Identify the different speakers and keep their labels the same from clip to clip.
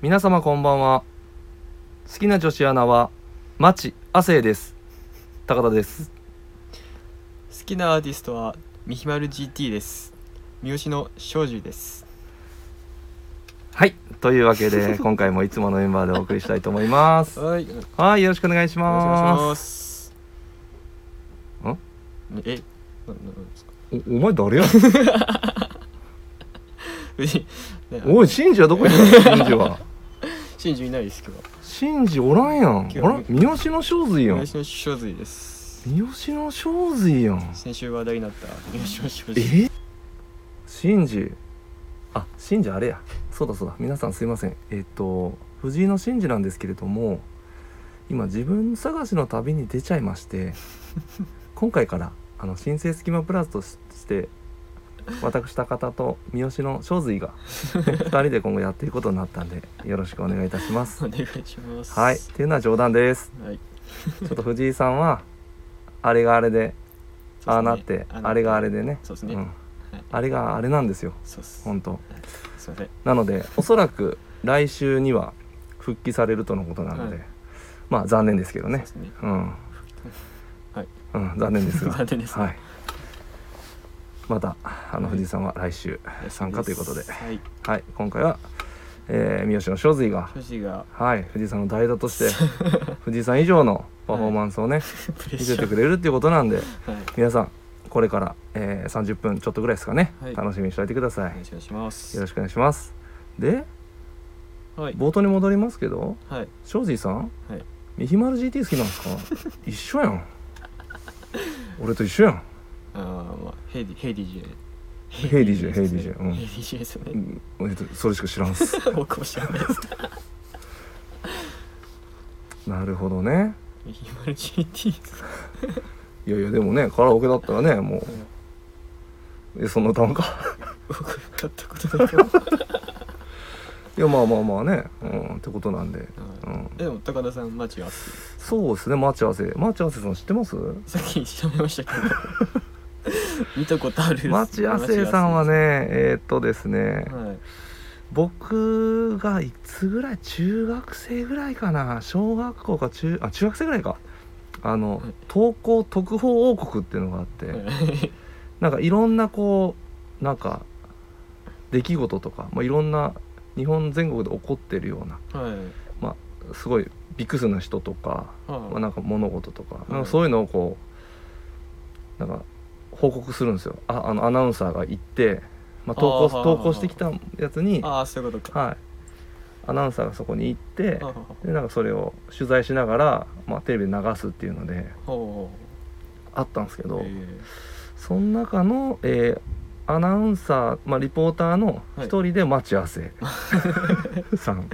Speaker 1: 皆様こんばんは好きな女子アナはマチ亜生です高田です
Speaker 2: 好きなアーティストはミヒマル GT です三好の庄司です
Speaker 1: はいというわけで 今回もいつものメンバーでお送りしたいと思い ます
Speaker 2: はいお願いし
Speaker 1: はいよろしくお願いします
Speaker 2: す
Speaker 1: ん
Speaker 2: えなななんですか
Speaker 1: おお前誰や
Speaker 2: 別にね
Speaker 1: おいシンジはどこ行ったのシンジ は
Speaker 2: 真珠いないですけど
Speaker 1: シンジおらんやんあら三好の正髄や
Speaker 2: 三
Speaker 1: ん
Speaker 2: 好の庄司です
Speaker 1: 三好の正髄やん
Speaker 2: 先週話題になった三好の庄司
Speaker 1: えシンジあシンジあれやそうだそうだ皆さんすいませんえっ、と藤井のシンジなんですけれども今自分探しの旅に出ちゃいまして 今回からあの新生スキマプラスとしして私高田と三好の正髄 が、ね、2人で今後やっていくことになったんでよろしくお願いいたします
Speaker 2: お願いします
Speaker 1: はいっていうのは冗談です
Speaker 2: はい
Speaker 1: ちょっと藤井さんはあれがあれでああなって、あれがあれ
Speaker 2: で
Speaker 1: でね
Speaker 2: そうですね
Speaker 1: うん、あれがあれなんですよ
Speaker 2: そうっす
Speaker 1: 本当
Speaker 2: すいません
Speaker 1: なのでおそらく来週には復帰されるとのことなので、
Speaker 2: はい
Speaker 1: まあ残念ですけど
Speaker 2: そう
Speaker 1: ね
Speaker 2: ですね
Speaker 1: うん、
Speaker 2: はい
Speaker 1: うん、残念ですが
Speaker 2: 残念ですね
Speaker 1: はい、またあの
Speaker 2: はい
Speaker 1: 藤井さんは来週参加ということで、
Speaker 2: はい
Speaker 1: はい、今回は、えー三好の正髄が、
Speaker 2: 庄司が
Speaker 1: はい、藤井さんの代打として 藤井さん以上のパフォーマンスをね、
Speaker 2: プレッ
Speaker 1: 見
Speaker 2: シ
Speaker 1: せ
Speaker 2: ャ
Speaker 1: て
Speaker 2: ー
Speaker 1: くれるっていうことなんで
Speaker 2: はい
Speaker 1: 皆さんこれから、えー30分ちょっとぐらいですかね、
Speaker 2: はい
Speaker 1: 楽しみにしておいてください
Speaker 2: お願いします
Speaker 1: よろしくお願いしますで
Speaker 2: はい
Speaker 1: 冒頭に戻りますけど
Speaker 2: はい
Speaker 1: 庄司さん
Speaker 2: はい
Speaker 1: ミヒマル GT 好きなんですか一緒や ん俺と一緒やん
Speaker 2: あーまあヘイディヘイディ J
Speaker 1: ヘイディ J
Speaker 2: ヘ
Speaker 1: ヘイ
Speaker 2: イディ J
Speaker 1: ディ J うん
Speaker 2: ヘイディ J ですよ
Speaker 1: う
Speaker 2: ね
Speaker 1: んえっとそれしか知らんっす
Speaker 2: 僕も知らないです
Speaker 1: なるほどね
Speaker 2: ミヒマル GT です
Speaker 1: いやいやでもねカラオケだったらねもうえそんな歌わんか
Speaker 2: 僕は買ったことないから
Speaker 1: いやまあまあまあねうんってことなんで、う
Speaker 2: うん
Speaker 1: ん、
Speaker 2: でも高田さんマチはさ
Speaker 1: そうですね待ち合わせ待ち合わせさん知ってます
Speaker 2: っき調べましたけど見たことある
Speaker 1: 待ち合わせさんはねえーっとですね、
Speaker 2: はい
Speaker 1: 僕がいつぐらい中学生ぐらいかな小学校か中あ中学生ぐらいかあの
Speaker 2: はい
Speaker 1: 東高特報王国っていうのがあって、
Speaker 2: はい
Speaker 1: なんかいろんなこうなんか出来事とか、まあ、いろんな日本全国で起こってるような
Speaker 2: はい
Speaker 1: すごいビッグスな人とか、まあ、
Speaker 2: は
Speaker 1: なんか物事とか
Speaker 2: い
Speaker 1: なんかそういうのをこうなんか報告するんですよああのアナウンサーが行って、まあ、投
Speaker 2: あ
Speaker 1: 稿
Speaker 2: ー
Speaker 1: 投稿してきたやつに
Speaker 2: あああそういうことか
Speaker 1: はい、アナウンサーがそこに行って
Speaker 2: ああ
Speaker 1: でなんかそれを取材しながら、まあ、テレビで流すっていうので
Speaker 2: ほ
Speaker 1: あったんですけ
Speaker 2: う
Speaker 1: ど、
Speaker 2: え
Speaker 1: その中の、えーアナウンサー、まあ、リポーターの一人で待ち合わ せ、さん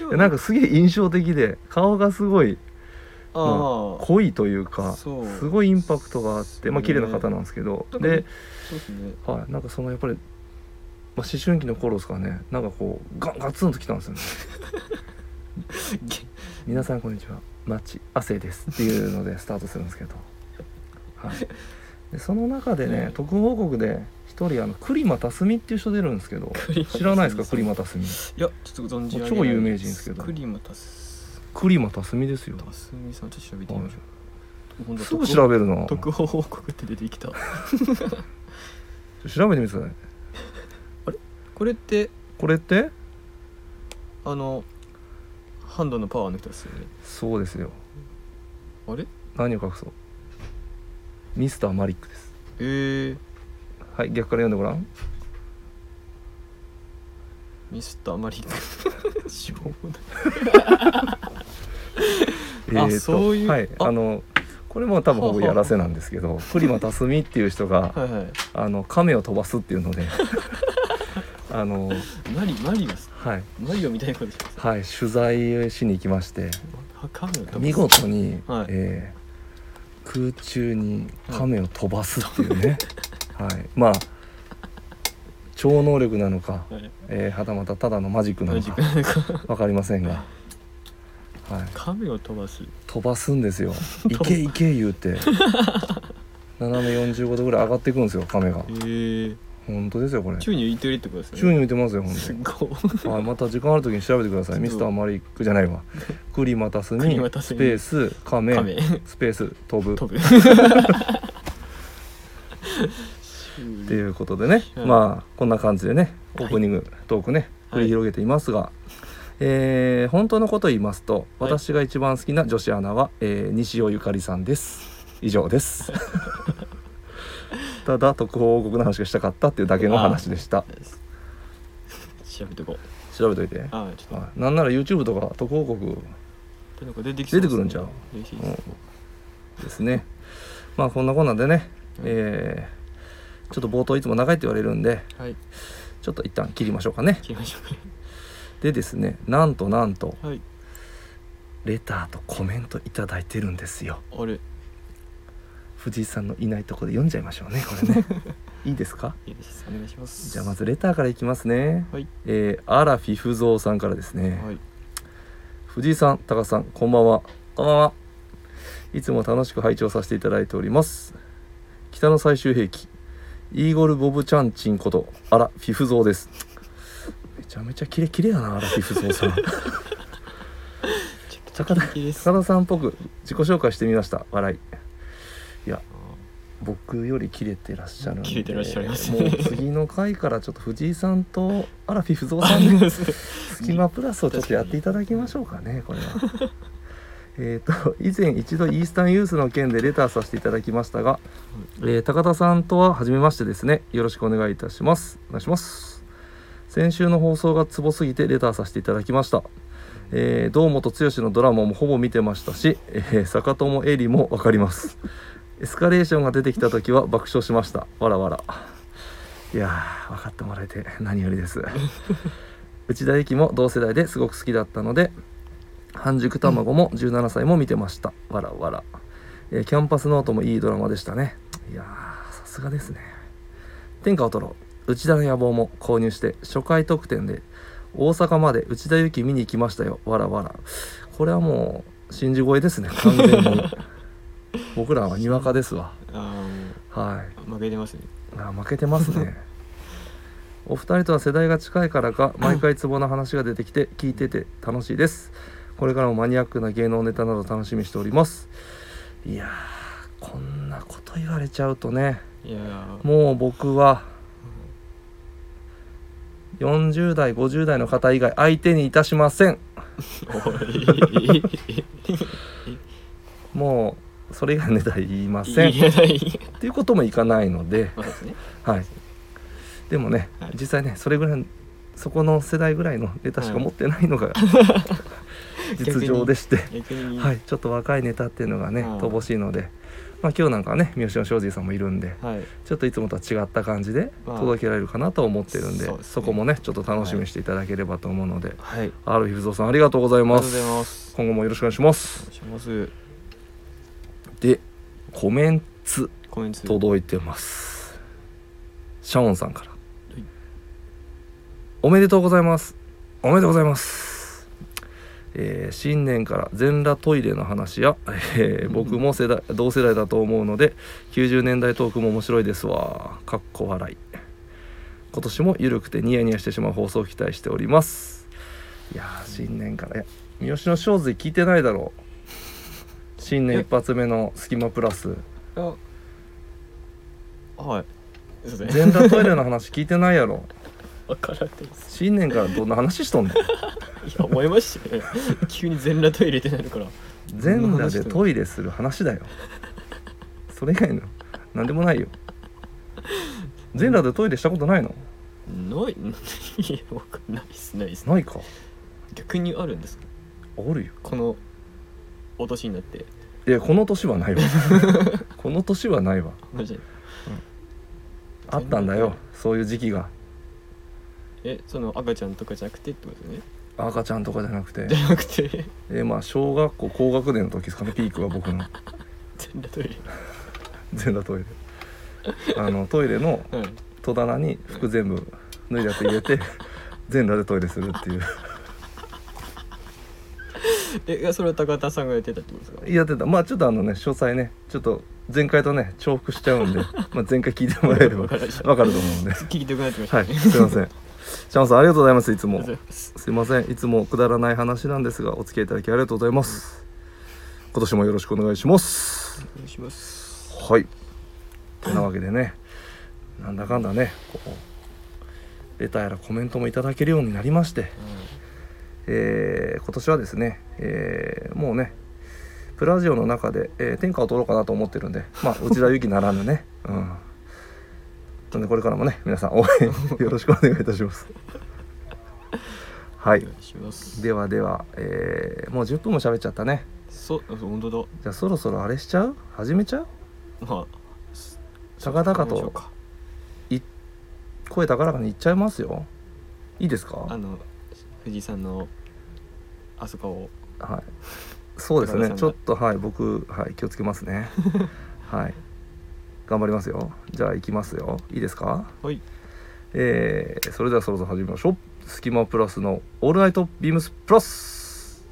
Speaker 2: ー
Speaker 1: でなんかすげえ印象的で顔がすごい
Speaker 2: ああ
Speaker 1: 濃いというか
Speaker 2: そう
Speaker 1: すごいインパクトがあってまあ
Speaker 2: ね
Speaker 1: 綺麗な方なんですけど、
Speaker 2: なんか
Speaker 1: で、
Speaker 2: そうですね
Speaker 1: はい、なんかそのやっぱり、まあ、思春期の頃ですかねなんかこうガンガツンときたんですよね。皆さんこんにちはマッチ亜生ですっていうのでスタートするんですけど、はい、でその中でね、
Speaker 2: うん
Speaker 1: 特報国で一人あの栗間たすみっていう人出るんですけど知らないですか栗間たすみ
Speaker 2: いやちょっと存じ上げ
Speaker 1: もう
Speaker 2: ない
Speaker 1: 超有名人ですけど
Speaker 2: クリマタス
Speaker 1: 栗間たすみですよ、
Speaker 2: タスミさんちょっと調べてみましょ
Speaker 1: は
Speaker 2: う今
Speaker 1: い、
Speaker 2: 度
Speaker 1: すぐ調べるな
Speaker 2: 特報報告って出てきた
Speaker 1: 調べてみてください
Speaker 2: これって
Speaker 1: これって
Speaker 2: あのハンドのパワーの人ですよね
Speaker 1: そうですよ
Speaker 2: あれ
Speaker 1: 何を隠そうミスターマリックです
Speaker 2: えー、
Speaker 1: はい逆から読んでごらん
Speaker 2: ミスターマリックしょ うもない
Speaker 1: えーと
Speaker 2: そういう
Speaker 1: はい
Speaker 2: あ
Speaker 1: あのこれも多分ほぼやらせなんですけど栗間たすみっていう人が
Speaker 2: はいはい
Speaker 1: あの亀を飛ばすっていうの であの
Speaker 2: マリマリオ
Speaker 1: はい、
Speaker 2: マリオみたいなことしてます
Speaker 1: はい、取材しに行きまして
Speaker 2: あカメラ
Speaker 1: 見事に、
Speaker 2: はい
Speaker 1: えー空中に亀を飛ばすっていうね、はい、まあ超能力なのか、
Speaker 2: はい
Speaker 1: えーはたまたただのマジックなの
Speaker 2: マジッ
Speaker 1: か
Speaker 2: クなんか
Speaker 1: 分かりませんが、はい、
Speaker 2: カメを飛ばす
Speaker 1: 飛ばすんです よ「
Speaker 2: ば
Speaker 1: 行け行け」言うて斜め45度ぐらい上がっていくんですよ亀が
Speaker 2: え。ー、
Speaker 1: 本当ですよこれ
Speaker 2: 宙に浮いてるってことです
Speaker 1: 宙
Speaker 2: ね
Speaker 1: に浮いてますよ本
Speaker 2: すっ
Speaker 1: 当
Speaker 2: ごい
Speaker 1: はい、また時間ある時に調べてください
Speaker 2: ちょっ
Speaker 1: ミ
Speaker 2: と
Speaker 1: スターマリックじゃない わクリマタスに
Speaker 2: クリマタス
Speaker 1: ス
Speaker 2: に
Speaker 1: ペースカメ
Speaker 2: カメ
Speaker 1: スペース飛ぶ
Speaker 2: 飛ぶ
Speaker 1: っていうこと でね、
Speaker 2: はい
Speaker 1: まあこんな感じでねオ
Speaker 2: はい
Speaker 1: ープニングトークね、
Speaker 2: はい
Speaker 1: 繰り広げていますが、えー本当のことを言いますと
Speaker 2: はい
Speaker 1: 私が一番好きな女子アナは、えー西尾ゆかりさんです以上です ただ特報報告の話がしたかったっていうだけの話でした
Speaker 2: 調べとこう
Speaker 1: 調べといて
Speaker 2: ああちょっ
Speaker 1: はいなんなら YouTube とか特報報告
Speaker 2: となんか出てきそう
Speaker 1: 出
Speaker 2: ですね
Speaker 1: てくるんちゃう
Speaker 2: 嬉しいです
Speaker 1: うんですねまあこんなこんなんでね、えーちょっと冒頭いつも長いって言われるんで
Speaker 2: はい
Speaker 1: ちょっと一旦切りましょうかね
Speaker 2: 切りましょう
Speaker 1: でですねなんとなんと
Speaker 2: かはい
Speaker 1: レターとコメントいただいてるんですよ
Speaker 2: あれ
Speaker 1: 藤井さんのいないとこで読んじゃいましょうねこ れねいいですか
Speaker 2: いいですお願いします
Speaker 1: じゃあまずレターからいきますね、
Speaker 2: はい
Speaker 1: えーアラフィフゾウさんからですね、
Speaker 2: はい
Speaker 1: 藤井さん、高さん、こんばんは。こんばんは。いつも楽しく拝聴させていただいております。北の最終兵器、イーゴル・ボブ・チャンチンこと、あら、フィフゾーです。めちゃめちゃキレキレやな、あら、フィフゾーさん。
Speaker 2: ちょっと
Speaker 1: 高田
Speaker 2: キレキレです
Speaker 1: 高田さんっぽく自己紹介してみました。笑い。
Speaker 2: あ
Speaker 1: 僕よりキレてらっしゃるんで。
Speaker 2: キレてらっしゃいます
Speaker 1: も
Speaker 2: ね
Speaker 1: う次の回からちょっと藤井さんと、あら、フィフゾーさん
Speaker 2: り
Speaker 1: で
Speaker 2: がとうございます
Speaker 1: 隙間プラスをちょっとやっていただきましょうかねこれは。 えーと以前一度イースタンユースの件でレターさせていただきましたが、えー高田さんとは初めましてですねよろしくお願いいたしますお願いします先週の放送がツボすぎてレターさせていただきました、えー、堂本剛のドラマもほぼ見てましたし、えー、坂友絵里もわかり ますエスカレーションが出てきた時は爆笑しましたわらわらいやー分かってもらえて何よりです内田有紀も同世代ですごく好きだったので半熟卵も17歳も見てました、わらわら、えーキャンパスノートもいいドラマでしたねいやーさすがですね天下を取ろう内田の野望も購入して初回特典で大阪まで内田有紀見に行きましたよわらわらこれはもう信じ声ですね完全に僕らはにわかですわ
Speaker 2: あ
Speaker 1: はい
Speaker 2: ーもう負けてますね
Speaker 1: あ負けてますねお二人とは世代が近いからか毎回ツボの話が出てきて聞いてて楽しいですこれからもマニアックな芸能ネタなど楽しみにしておりますいやーこんなこと言われちゃうとね
Speaker 2: いやー
Speaker 1: もう僕は40代50代の方以外相手にいたしません
Speaker 2: おい
Speaker 1: もうそれ以外のネタ言いません
Speaker 2: 言
Speaker 1: っ
Speaker 2: えない
Speaker 1: ていうこともいかないので
Speaker 2: まあそうですね
Speaker 1: はい、でもね、
Speaker 2: はい
Speaker 1: 実際ねそれぐらいそこの世代ぐらいのネタしか持ってないのが、 実情でして、
Speaker 2: 逆に
Speaker 1: はい、ちょっと若いネタっていうのがね
Speaker 2: うん
Speaker 1: 乏しいので、まあ、今日なんかはね三好の庄司さんもいるんで
Speaker 2: はい
Speaker 1: ちょっといつもとは違った感じで
Speaker 2: まあ
Speaker 1: 届けられるかなと思ってるんで,、
Speaker 2: そ
Speaker 1: そう
Speaker 2: ですね
Speaker 1: こもねちょっと楽しみにしていただければと思うので、
Speaker 2: はいあり
Speaker 1: ある日不蔵さんありがとうござい
Speaker 2: が
Speaker 1: ま
Speaker 2: とうご
Speaker 1: す
Speaker 2: ざいます
Speaker 1: 今後もよろしくお願いします
Speaker 2: お願いします
Speaker 1: でコメンツ
Speaker 2: コメント
Speaker 1: 届いてますシャオンさんから、
Speaker 2: い
Speaker 1: おめでとうございますおめでとうございます、えー新年から全裸トイレの話や、えー僕も世代同世代だと思うので90年代トークも面白いですわかっこ笑い今年も緩くてニヤニヤしてしまう放送を期待しておりますいやー新年からいや三好の正髄聞いてないだろう新年一発目の「スキマプラス」
Speaker 2: あはいすいません
Speaker 1: 全裸トイレの話聞いてないやろ
Speaker 2: 分からないです
Speaker 1: 新年からどんな話しとんの
Speaker 2: いや思いましたよ急に全裸トイレってなるから
Speaker 1: 全裸でトイレする話だよそれ以外の何でもないよ全裸でトイレしたことないの
Speaker 2: ない いやわかんないですないです
Speaker 1: ないか
Speaker 2: 逆にあるんですか
Speaker 1: おるよ
Speaker 2: このお年になって
Speaker 1: いやこの年はないわこの年はないわ
Speaker 2: マジで
Speaker 1: あったんだよそういう時期が
Speaker 2: えその赤ちゃんとかじゃなくてってことですよね
Speaker 1: 赤ちゃんとかじゃなくて
Speaker 2: じゃなくて
Speaker 1: えまあ小学校高学年の時ですかねピークは僕の
Speaker 2: 全裸トイレ
Speaker 1: 全裸トイレあのトイレの
Speaker 2: はい
Speaker 1: 戸棚に服全部脱いだやつ入れて全裸でトイレするっていう
Speaker 2: えそれは高田さんがやってたってことですか
Speaker 1: やってたまあちょっとあのね詳細ねちょっと前回とね重複しちゃ うんでまあ前回聞いてもらえれば
Speaker 2: わ
Speaker 1: わ
Speaker 2: か
Speaker 1: か
Speaker 2: りま
Speaker 1: る
Speaker 2: し
Speaker 1: と
Speaker 2: た
Speaker 1: 思うんで
Speaker 2: 聞きたくなってました
Speaker 1: はい
Speaker 2: ね、
Speaker 1: すいませんシャンさんありがとうございますいつ
Speaker 2: あり
Speaker 1: も
Speaker 2: がとうございます
Speaker 1: すいませんいつもくだらない話なんですがお付き合いいただきありがとうございます今年もよろしくお願いします
Speaker 2: お願いします
Speaker 1: はいてなわけでねなんだかんだねこうレターやらコメントもいただけるようになりましてえー今年はですね、えーもうねプラジオの中で、えー天下を取ろうかなと思ってるんで、 まあ、内田有紀ならぬね、うん、なんでこれからもね皆さん応 援よろしくお願いいたしますは
Speaker 2: はいお願いします
Speaker 1: ではでは、えーもう10分も喋っちゃったね
Speaker 2: そう本当
Speaker 1: じゃあそろそろあれしちゃう始めちゃう
Speaker 2: だまあ
Speaker 1: 高々
Speaker 2: どうしよ
Speaker 1: と
Speaker 2: うか
Speaker 1: 声高らかに言っちゃいますよいいですか
Speaker 2: あの藤井さんのあそこを
Speaker 1: はい。そうです
Speaker 2: 高田
Speaker 1: ね。
Speaker 2: さんが
Speaker 1: ちょっとはい、僕はい気をつけます ね。はい。頑張りますよ。じゃあ行きますよ。いいですか？
Speaker 2: はい
Speaker 1: えー、それではそろそろ始めましょう。スキマプラスのオールナイトビームスプラス。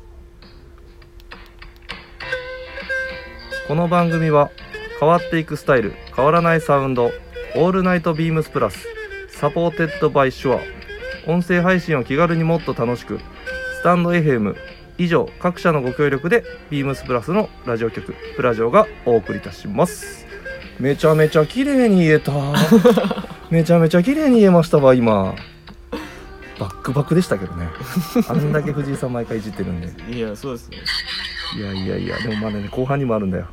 Speaker 1: この番組は変わっていくスタイル、変わらないサウンド、オールナイトビームスプラス、サポーテッドバイシュア。音声配信を気軽にもっと楽しく、スタンド FM 以上各社のご協力でビームスプラスのラジオ局プラジオがお送りいたしますめちゃめちゃ綺麗に言えためちゃめちゃ綺麗に言えましたわ今バックバックでしたけどねあんだけ藤井さん毎回いじってるんで
Speaker 2: いやそうですね
Speaker 1: いやいやいやでもまだね後半にもあるんだよ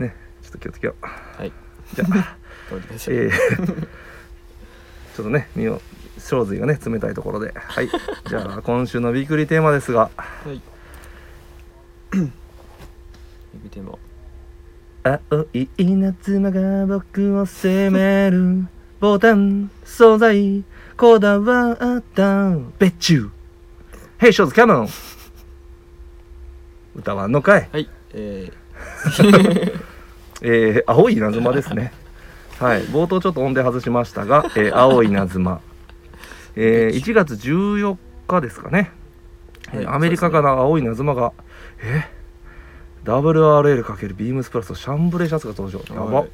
Speaker 1: ねちょっと気をつけよう
Speaker 2: はい
Speaker 1: じゃあ
Speaker 2: 頑張ってください
Speaker 1: え ーちょっとね身を小髄がね冷たいところではいじゃあ今週のビークリーテーマですが
Speaker 2: はい。 見ても。
Speaker 1: 青い稲妻が僕を責めるボタン素材こだわった別注 Hey s h o t s come on 歌わんのかい
Speaker 2: はい。え
Speaker 1: えー、青い稲妻です ねはい冒頭ちょっと音程外しましたが、えー、青い稲妻えー、1月14日ですかね、えー
Speaker 2: はい
Speaker 1: アメリカから青い稲妻がえー、WRL× ビームスプラスとシャンブレーシャツが登場
Speaker 2: ー、
Speaker 1: やば
Speaker 2: はい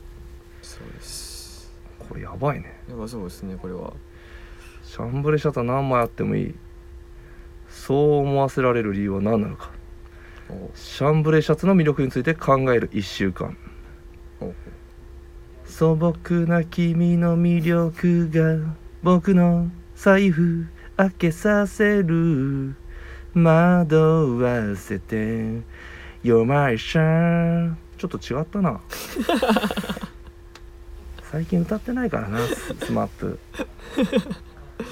Speaker 2: そうです。
Speaker 1: これやばいね
Speaker 2: やばそうですね、これは。
Speaker 1: シャンブレシャツは何枚あってもいいそう思わせられる理由は何なのか
Speaker 2: おう
Speaker 1: シャンブレシャツの魅力について考える1週間
Speaker 2: おう
Speaker 1: 素朴な君の魅力が僕の財布開けさせる惑わせて You're my shine ちょっと違った な最近歌ってないからなススマップ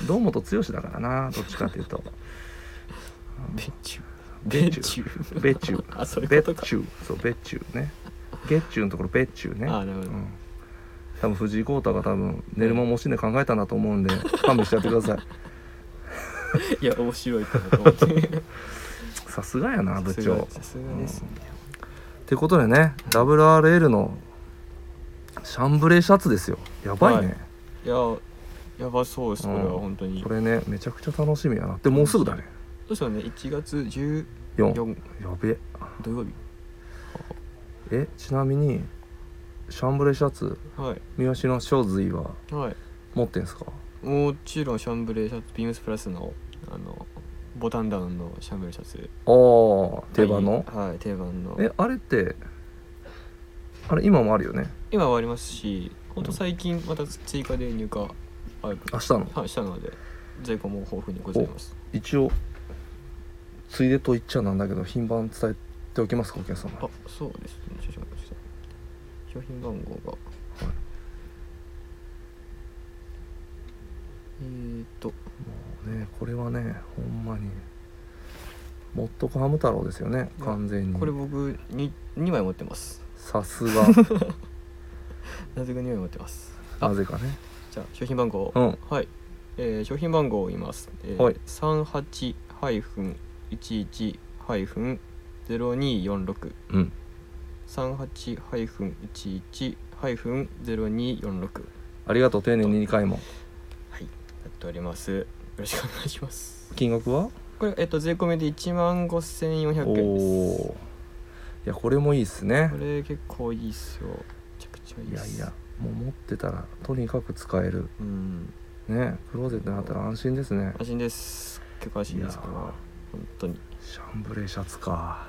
Speaker 1: 堂本剛だからなどっちかっていうと
Speaker 2: ベッチュ。
Speaker 1: ベッチ
Speaker 2: ュ。
Speaker 1: ュベッチュ
Speaker 2: あ、そうい
Speaker 1: ベ
Speaker 2: うこと
Speaker 1: ッ
Speaker 2: か。
Speaker 1: チュそうベッチュねゲッチュのところベッチュね
Speaker 2: あ、なるほ
Speaker 1: う
Speaker 2: ど。
Speaker 1: ん多分藤井耕太が多分寝る間も惜しんで考えたんだと思うんで勘弁してやってください
Speaker 2: いや、面白いかなと思って。
Speaker 1: さすがやな部長
Speaker 2: さすがですね。
Speaker 1: ってことでね WRL のシャンブレーシャツですよやばいね、
Speaker 2: いや、やばそうです、これは本当に。
Speaker 1: こ
Speaker 2: ど
Speaker 1: れねめちゃくちゃ楽しみやなでもうすぐだね
Speaker 2: うしようね、1月14
Speaker 1: 4やべえ
Speaker 2: 土曜日。
Speaker 1: えちなみにシャンブレーシャツ
Speaker 2: はい。
Speaker 1: 三好の正髄は
Speaker 2: はい。
Speaker 1: 持ってんすか
Speaker 2: もちろんシャンブレーシャツ、ビームスプラスの、あの、ボタンダウンのシャンブレーシャツ。
Speaker 1: ああ定番の、
Speaker 2: はい、定番の。
Speaker 1: えあれってあれ今もあるよね
Speaker 2: 今はありますしほんと最近また追加で入荷あ
Speaker 1: 明日の
Speaker 2: はいしたので在庫も豊富にございます
Speaker 1: 一応ついでと言っちゃなんだけど品番伝えておきますかお客様
Speaker 2: あそうですねちょっと待ってください商品番号が、えーっと
Speaker 1: ねこれはねほんまにもっとこハム太郎ですよね
Speaker 2: いや
Speaker 1: 完全に
Speaker 2: これ僕に2枚持ってます
Speaker 1: さすが
Speaker 2: なぜか2枚持ってます
Speaker 1: なぜかね
Speaker 2: じゃあ商品番号、
Speaker 1: うん
Speaker 2: はい、えー商品番号を言います、え
Speaker 1: はい
Speaker 2: ー、38-11-0246
Speaker 1: うん
Speaker 2: 三八ハイフン一一ハイフンゼロ二四六
Speaker 1: ありがとう丁寧に2回も
Speaker 2: はいやっております。よろしくお願いします。
Speaker 1: 金額は
Speaker 2: これ、えっと、税込みで1万5400円で
Speaker 1: お
Speaker 2: す
Speaker 1: ーいやこれもいいっすね
Speaker 2: これ結構いいっすよめちゃくちゃい
Speaker 1: い
Speaker 2: いっ
Speaker 1: や
Speaker 2: す
Speaker 1: いやもう持ってたらとにかく使える
Speaker 2: うん
Speaker 1: ねクローゼットにあったら安心ですね
Speaker 2: 安心です結構安心です
Speaker 1: いや
Speaker 2: こ
Speaker 1: ー
Speaker 2: れは本当に
Speaker 1: シャンブレーシャツか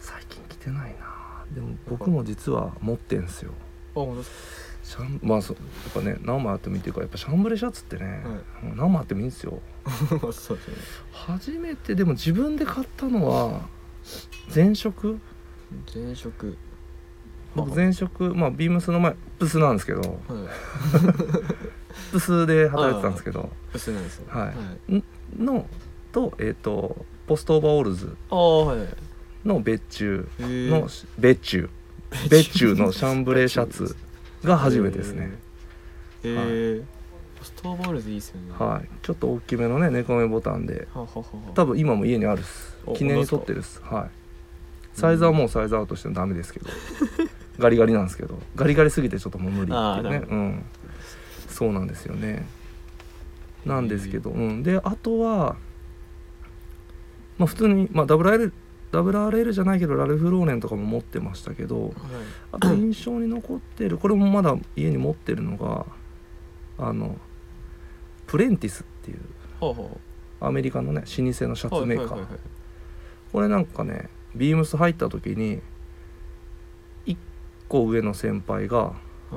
Speaker 1: 最近着てないなでも僕も実は持ってんすよ
Speaker 2: あ本当です
Speaker 1: シャンまあそうやっぱね何枚あってもいいっていうかやっぱシャンブレーシャツってね、もう何枚あってもいいんですよ
Speaker 2: かそうですね
Speaker 1: 初めてでも自分で買ったのは前職
Speaker 2: 前職
Speaker 1: 僕
Speaker 2: あ
Speaker 1: 前職まあビームスの前ブスなんですけど
Speaker 2: はい
Speaker 1: ブスで働いてたんですけど
Speaker 2: 薄いなんですよ
Speaker 1: はい
Speaker 2: はい、
Speaker 1: のとえっ、とポストオーバーオールズ
Speaker 2: ああはい
Speaker 1: の別注
Speaker 2: へー
Speaker 1: の別注別注のシャンブレーシャツが初めてですね、
Speaker 2: へえーストーボールズいいっすよねは
Speaker 1: はいちょっと大きめのね猫目ボタンで
Speaker 2: ははは
Speaker 1: 多分今も家にあるっす
Speaker 2: お
Speaker 1: 記念に撮ってるっすはいサイズはもうサイズアウトしてもダメです けどガリガリなんですけどガリガリすぎてちょっともう無理
Speaker 2: あ
Speaker 1: っ
Speaker 2: ー
Speaker 1: て
Speaker 2: な
Speaker 1: いうね
Speaker 2: るほ
Speaker 1: うんそうなんですよねなんですけど、うん、であとはまあ普通に、まあ、WRL, WRL じゃないけどラルフ・ローレンとかも持ってましたけど
Speaker 2: はい
Speaker 1: あと印象に残ってるこれもまだ家に持ってるのがあのプレンティスっていう
Speaker 2: ほうほ
Speaker 1: アメリカのね老舗のシ
Speaker 2: う
Speaker 1: ャツメーカー、
Speaker 2: はいはいはいはい
Speaker 1: これなんかねビームス入った時に1個上の先輩が
Speaker 2: はい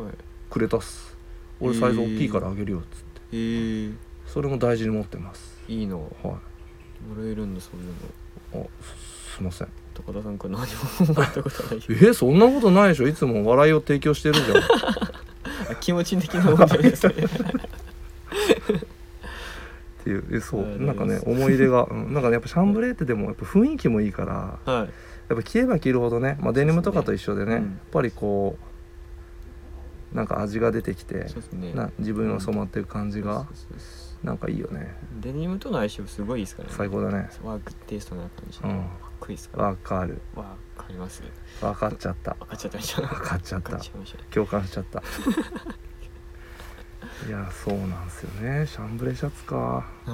Speaker 1: くれたっす俺サイズ大きいからあげるよっつって
Speaker 2: えー、
Speaker 1: それも大事に持ってます
Speaker 2: いいのも
Speaker 1: はい
Speaker 2: らえるんだそういうの
Speaker 1: あすすいません
Speaker 2: 高田さんから何ももらったことない
Speaker 1: えーそんなことないでしょいつも笑いを提供してるじゃん
Speaker 2: あ気持ち的な問 題ですね
Speaker 1: っていうえそ
Speaker 2: あり
Speaker 1: うな
Speaker 2: が
Speaker 1: ん
Speaker 2: と
Speaker 1: か
Speaker 2: うござい
Speaker 1: ね
Speaker 2: ます
Speaker 1: 思い出が、うん、なんかねやっぱシャンブレーってでもやっぱ雰囲気もいいから
Speaker 2: はい
Speaker 1: やっぱ着れば着るほどね、まあ、デニムとかと一緒でね
Speaker 2: そう
Speaker 1: や
Speaker 2: ですねうん
Speaker 1: っぱりこうなんか味が出てきて
Speaker 2: そうですね
Speaker 1: な自分の染まってる感じが
Speaker 2: そうそうそう
Speaker 1: なんかいいよね
Speaker 2: デニムとの相性すごいですからね
Speaker 1: 最高だね
Speaker 2: ワークテイストな感じで、
Speaker 1: うん
Speaker 2: かっこいいですから
Speaker 1: わかる
Speaker 2: わかります
Speaker 1: わかっちゃった
Speaker 2: 分かっちゃったみたいな
Speaker 1: わかっちゃっ
Speaker 2: 分
Speaker 1: た
Speaker 2: かっちゃいましたね
Speaker 1: 共感しちゃった いやそうなんですよねシャンブレシャツか
Speaker 2: はい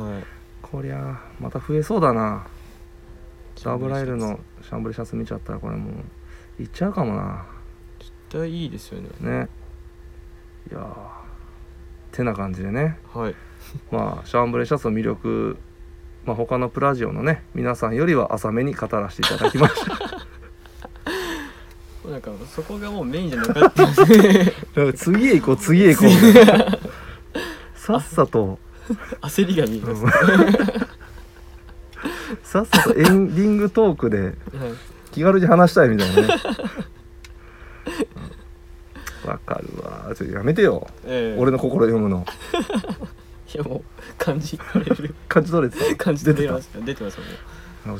Speaker 1: こりゃまた増えそうだなダブライルのシャンブレシャツ見ちゃったらこれもういっちゃうかもな
Speaker 2: 絶対いいですよね
Speaker 1: ねいやーてな感じでね
Speaker 2: はい
Speaker 1: まあシャンブレシャツの魅力、まあ、他のプラジオのね皆さんよりは浅めに語らせていただきました
Speaker 2: なんかそこがもうメインじゃなか ったですね
Speaker 1: なんか次へ行こう次へ行こう さっさと
Speaker 2: 焦りが見えます、は
Speaker 1: さっさとエンディングトークで
Speaker 2: い
Speaker 1: 気軽に話したいみたいなねうんわかるわちょっとやめてよ
Speaker 2: ええ
Speaker 1: 俺の心読むの
Speaker 2: いやもう感じ取れる
Speaker 1: 感じ取れてた
Speaker 2: 感じ取
Speaker 1: 出
Speaker 2: れ
Speaker 1: て
Speaker 2: ま
Speaker 1: た
Speaker 2: す出てますもんね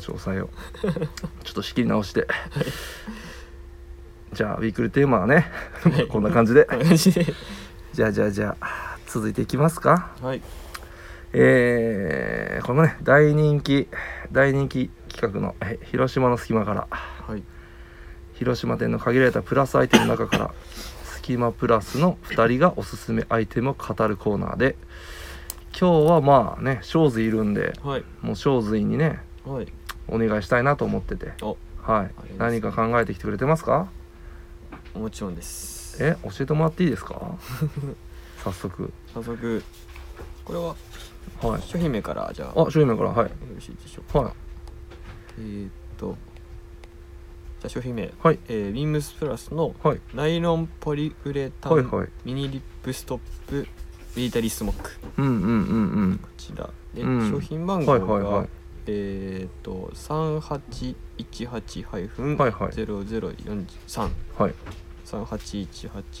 Speaker 1: 直し抑えようちょっと仕切り直してじゃあウィークルテーマはね
Speaker 2: はい
Speaker 1: こんな感じで
Speaker 2: こんな感じで
Speaker 1: じゃあじゃあじゃあ続いていきますか
Speaker 2: はい
Speaker 1: えー、このね大人気大人気企画のえ広島の隙間から
Speaker 2: はい
Speaker 1: 広島店の限られたプラスアイテムの中からスキマプラスの2人がおすすめアイテムを語るコーナーで今日はまあね小髄いるんで
Speaker 2: はい
Speaker 1: もう小髄にね
Speaker 2: はい
Speaker 1: お願いしたいなと思ってて
Speaker 2: お
Speaker 1: はい
Speaker 2: ありがとうござ
Speaker 1: 何
Speaker 2: いま
Speaker 1: か
Speaker 2: す
Speaker 1: 考えてきてくれてますか
Speaker 2: もちろんです
Speaker 1: え教えてもらっていいですか早速
Speaker 2: 早速これは
Speaker 1: はい
Speaker 2: 商品名からじゃあ
Speaker 1: あ正面からはい
Speaker 2: よろしいでしょうか
Speaker 1: は
Speaker 2: えー、っとじゃあ商品名、
Speaker 1: はい
Speaker 2: えー、ビームスプラスの
Speaker 1: いはい
Speaker 2: ナイロンポリウレタン、
Speaker 1: はいはい
Speaker 2: ミニリップストップミリタリースモック
Speaker 1: うんうんうん
Speaker 2: こちらで、
Speaker 1: うん
Speaker 2: 商品番
Speaker 1: うん
Speaker 2: 号
Speaker 1: はい
Speaker 2: が、
Speaker 1: はいはい
Speaker 2: えーっと
Speaker 1: はいはい
Speaker 2: 3818-00433818-0043
Speaker 1: はい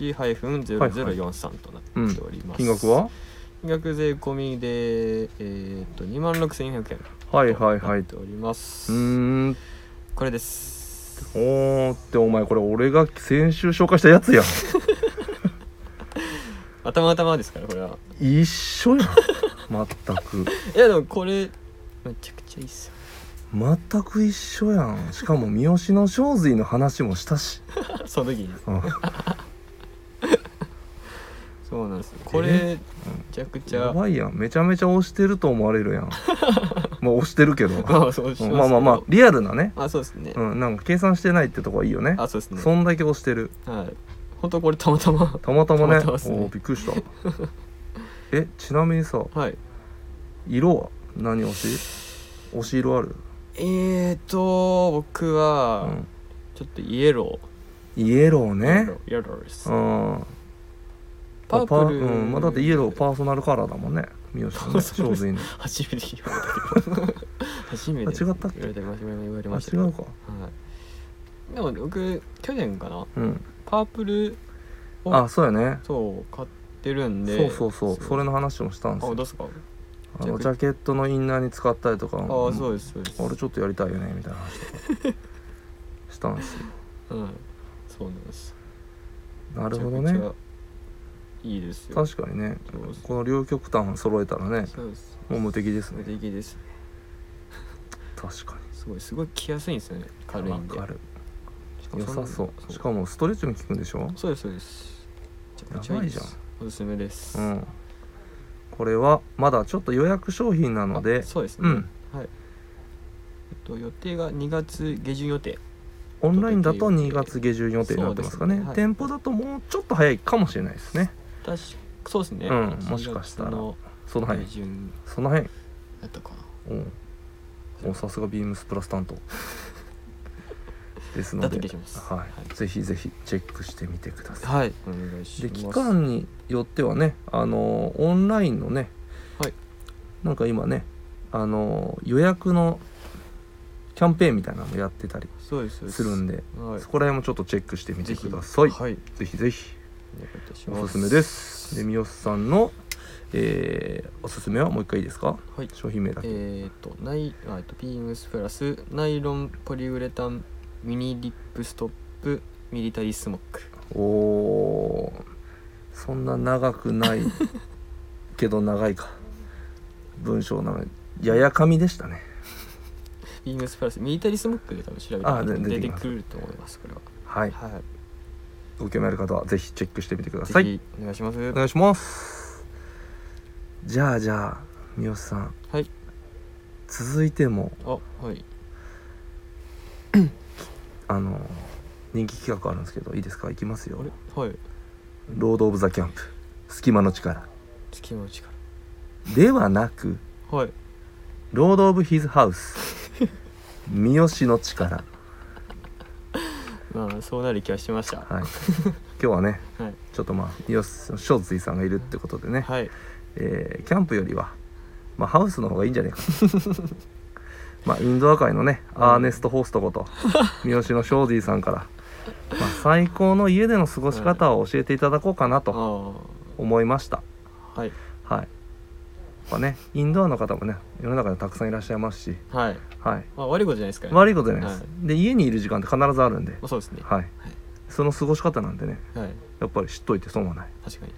Speaker 2: となっ
Speaker 1: うん
Speaker 2: ております、
Speaker 1: 金額は
Speaker 2: 金額税込みで、えー、っと2万6400円
Speaker 1: はいはい
Speaker 2: とな
Speaker 1: は
Speaker 2: っ
Speaker 1: い
Speaker 2: ております、
Speaker 1: うーん
Speaker 2: これです
Speaker 1: おーってお前これ俺が先週紹介したやつやん
Speaker 2: 頭頭ですからこれは
Speaker 1: 一緒やん全く
Speaker 2: いやでもこれめちゃくちゃいいっすよ
Speaker 1: 全く一緒やんしかも三好の正髄の話もしたし、
Speaker 2: その時に
Speaker 1: うん、
Speaker 2: そうなんですよこれ
Speaker 1: え
Speaker 2: めちゃくち
Speaker 1: や
Speaker 2: ゃ
Speaker 1: ばいやんめちゃめちゃ押してると思われるやんもう押してるけど
Speaker 2: まあ そうし
Speaker 1: うんまあまあまあリアルなね、
Speaker 2: ああそうですね、
Speaker 1: うん、なんか計算してないってとこはいいよね
Speaker 2: あそうですね
Speaker 1: そんだけ押してる
Speaker 2: はい本当これたまたま
Speaker 1: たまたまね
Speaker 2: たまたまっすね
Speaker 1: おーびっくりしたえちなみにさ
Speaker 2: はい
Speaker 1: 色は何推し推し色ある、
Speaker 2: えーと僕
Speaker 1: う
Speaker 2: は、
Speaker 1: ん、
Speaker 2: ちょっとイエロ
Speaker 1: イエロー
Speaker 2: ー
Speaker 1: ね
Speaker 2: イエローです
Speaker 1: うん
Speaker 2: パープル
Speaker 1: パうんまあ、だってイエローパーソナルカラーだもんね三好の
Speaker 2: パ
Speaker 1: ね
Speaker 2: ーソナル
Speaker 1: 正髄の
Speaker 2: 初めて言われたけど初めて
Speaker 1: あ違ったっけ
Speaker 2: 言われて言われ
Speaker 1: あ
Speaker 2: ました
Speaker 1: 違うか
Speaker 2: はい、でも僕去年かな
Speaker 1: うん
Speaker 2: パープルお
Speaker 1: あそうやね
Speaker 2: そう買ってるんで
Speaker 1: そうそうそうそれ
Speaker 2: の
Speaker 1: の話もしたんです
Speaker 2: あ
Speaker 1: よ
Speaker 2: どうすか
Speaker 1: あのジャケットのインナーに使ったりとか
Speaker 2: あ
Speaker 1: も
Speaker 2: そうですそうです
Speaker 1: あれちょっとやりたいよねみたいな話と かしたんですよ
Speaker 2: うんそうなんです
Speaker 1: なるほど
Speaker 2: めちゃ
Speaker 1: ね
Speaker 2: くちゃいいですよ
Speaker 1: 確かにね
Speaker 2: そうです
Speaker 1: この両極端揃えたらね
Speaker 2: そうです
Speaker 1: もう無敵です
Speaker 2: 無
Speaker 1: ね
Speaker 2: 敵です
Speaker 1: 確かに
Speaker 2: すごいすごい着やすいんですよね軽いんで
Speaker 1: わかる
Speaker 2: しかも
Speaker 1: 良
Speaker 2: んな
Speaker 1: さそうしか
Speaker 2: も
Speaker 1: もストレッチも効くんでしょ
Speaker 2: そうですそうですめちゃくちゃ
Speaker 1: やば
Speaker 2: い
Speaker 1: い
Speaker 2: いで
Speaker 1: じゃん
Speaker 2: すおすすめです
Speaker 1: うんこれはまだちょっと予約商品なの
Speaker 2: あ
Speaker 1: で
Speaker 2: そうですね、
Speaker 1: うん
Speaker 2: はい、えっと、予定が2月下旬予定
Speaker 1: オンラインだと2月下旬予定になってますかね
Speaker 2: そうですねはい
Speaker 1: 店舗だともうちょっと早いかもしれないですね
Speaker 2: 確かそうですね、
Speaker 1: うんもしかしたら
Speaker 2: 1月の
Speaker 1: その
Speaker 2: 下
Speaker 1: 辺
Speaker 2: 旬
Speaker 1: その辺
Speaker 2: だったかな、
Speaker 1: うんおさすがビームスプラス担当です
Speaker 2: だ
Speaker 1: の
Speaker 2: った
Speaker 1: で
Speaker 2: 気がします
Speaker 1: は
Speaker 2: はい
Speaker 1: い、ぜひぜひチェックしてみてください
Speaker 2: はいお願いしま
Speaker 1: です期間によってはねあのーオンラインのね、
Speaker 2: はい
Speaker 1: なんか今ねあのー予約のキャンペーンみたいなのやってたり
Speaker 2: そうですそうです
Speaker 1: するんで、
Speaker 2: はい
Speaker 1: そこら辺もちょっとチェックしてみて
Speaker 2: ぜひ
Speaker 1: くださいぜ
Speaker 2: はい
Speaker 1: ひぜひ
Speaker 2: お願いいたします
Speaker 1: おすすめですで三好さんの、えーおすすめはもう一回いいですか
Speaker 2: はい
Speaker 1: 商品名だけ、
Speaker 2: えっ、とナイあえっとビームスプラスナイロンポリウレタンミニリップストップミリタリースモック
Speaker 1: おーそんな長くない けど長いか文章なのにややかみでしたね
Speaker 2: ビームスプラスミリタリースモックで多分調べた
Speaker 1: あ
Speaker 2: ら
Speaker 1: で
Speaker 2: 出
Speaker 1: 出て
Speaker 2: て
Speaker 1: きます
Speaker 2: くると思いますこれは
Speaker 1: はい
Speaker 2: はい
Speaker 1: ご興味ある方はぜひチェックしてみてくださ
Speaker 2: ぜ
Speaker 1: い
Speaker 2: ひお願いします
Speaker 1: お願いしますじゃあじゃあ三好さん
Speaker 2: はい
Speaker 1: 続いても
Speaker 2: あはい
Speaker 1: あの人気企画あるんですけどいいですかいきますよ
Speaker 2: あれはい
Speaker 1: ロード・オブ・ザ・キャンプ隙間の力
Speaker 2: 月の力
Speaker 1: ではなく
Speaker 2: はい
Speaker 1: ロード・オブ・ヒズ・ハウス三好の力
Speaker 2: まあそうなる気はしましたは
Speaker 1: はい、今日はね
Speaker 2: い
Speaker 1: ちょっとまあ三好正髄さんがいるってことでね、
Speaker 2: はい
Speaker 1: えーキャンプよりは、まあ、ハウスの方がいいんじゃないかなまあインドア界のねアーネスト・ホーストこと三好の正髄さんから、まあ、最高の家での過ごし方を教えていただこうかな
Speaker 2: あ
Speaker 1: と
Speaker 2: あ
Speaker 1: 思いました
Speaker 2: はい
Speaker 1: はいやっぱねインドアの方もね世の中にたくさんいらっしゃいますし、
Speaker 2: はい
Speaker 1: はい、
Speaker 2: まあ悪いことじゃないですからね
Speaker 1: 悪いことじゃないです、
Speaker 2: は
Speaker 1: で家にいる時間って必ずあるんで
Speaker 2: ま、あそうですね
Speaker 1: はい、その過ごし方なんでね
Speaker 2: はい
Speaker 1: やっぱり知っといて損はない
Speaker 2: 確かに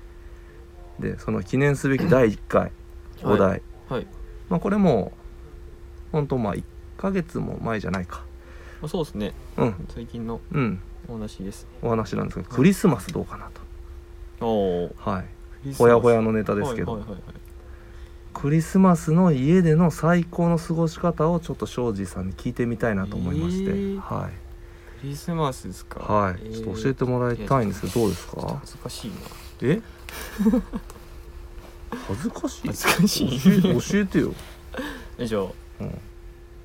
Speaker 1: でその記念すべき第1回お題、
Speaker 2: はいはい
Speaker 1: まあ、これも本当まあ1ヶ月も前じゃないか
Speaker 2: まあそうですね
Speaker 1: うん
Speaker 2: 最近の
Speaker 1: うん
Speaker 2: お話です
Speaker 1: お話なんですけどクリスマスどうかなと
Speaker 2: おお
Speaker 1: はいほ
Speaker 2: ほ
Speaker 1: やほ
Speaker 2: や
Speaker 1: やのネタですけど、
Speaker 2: はいはいはいはい
Speaker 1: クリスマスの家での最高の過ごし方をちょっと庄司さんに聞いてみたいなと思いまして、
Speaker 2: えー
Speaker 1: はい、
Speaker 2: クリスマスですか
Speaker 1: はい
Speaker 2: えー
Speaker 1: ちょっと教えてもらいたいんですけどどうです
Speaker 2: ちょっと
Speaker 1: か
Speaker 2: 恥ずかしいな
Speaker 1: え恥ずかしい
Speaker 2: 恥ずかしい
Speaker 1: 教え教えてよ、
Speaker 2: 以上
Speaker 1: うん、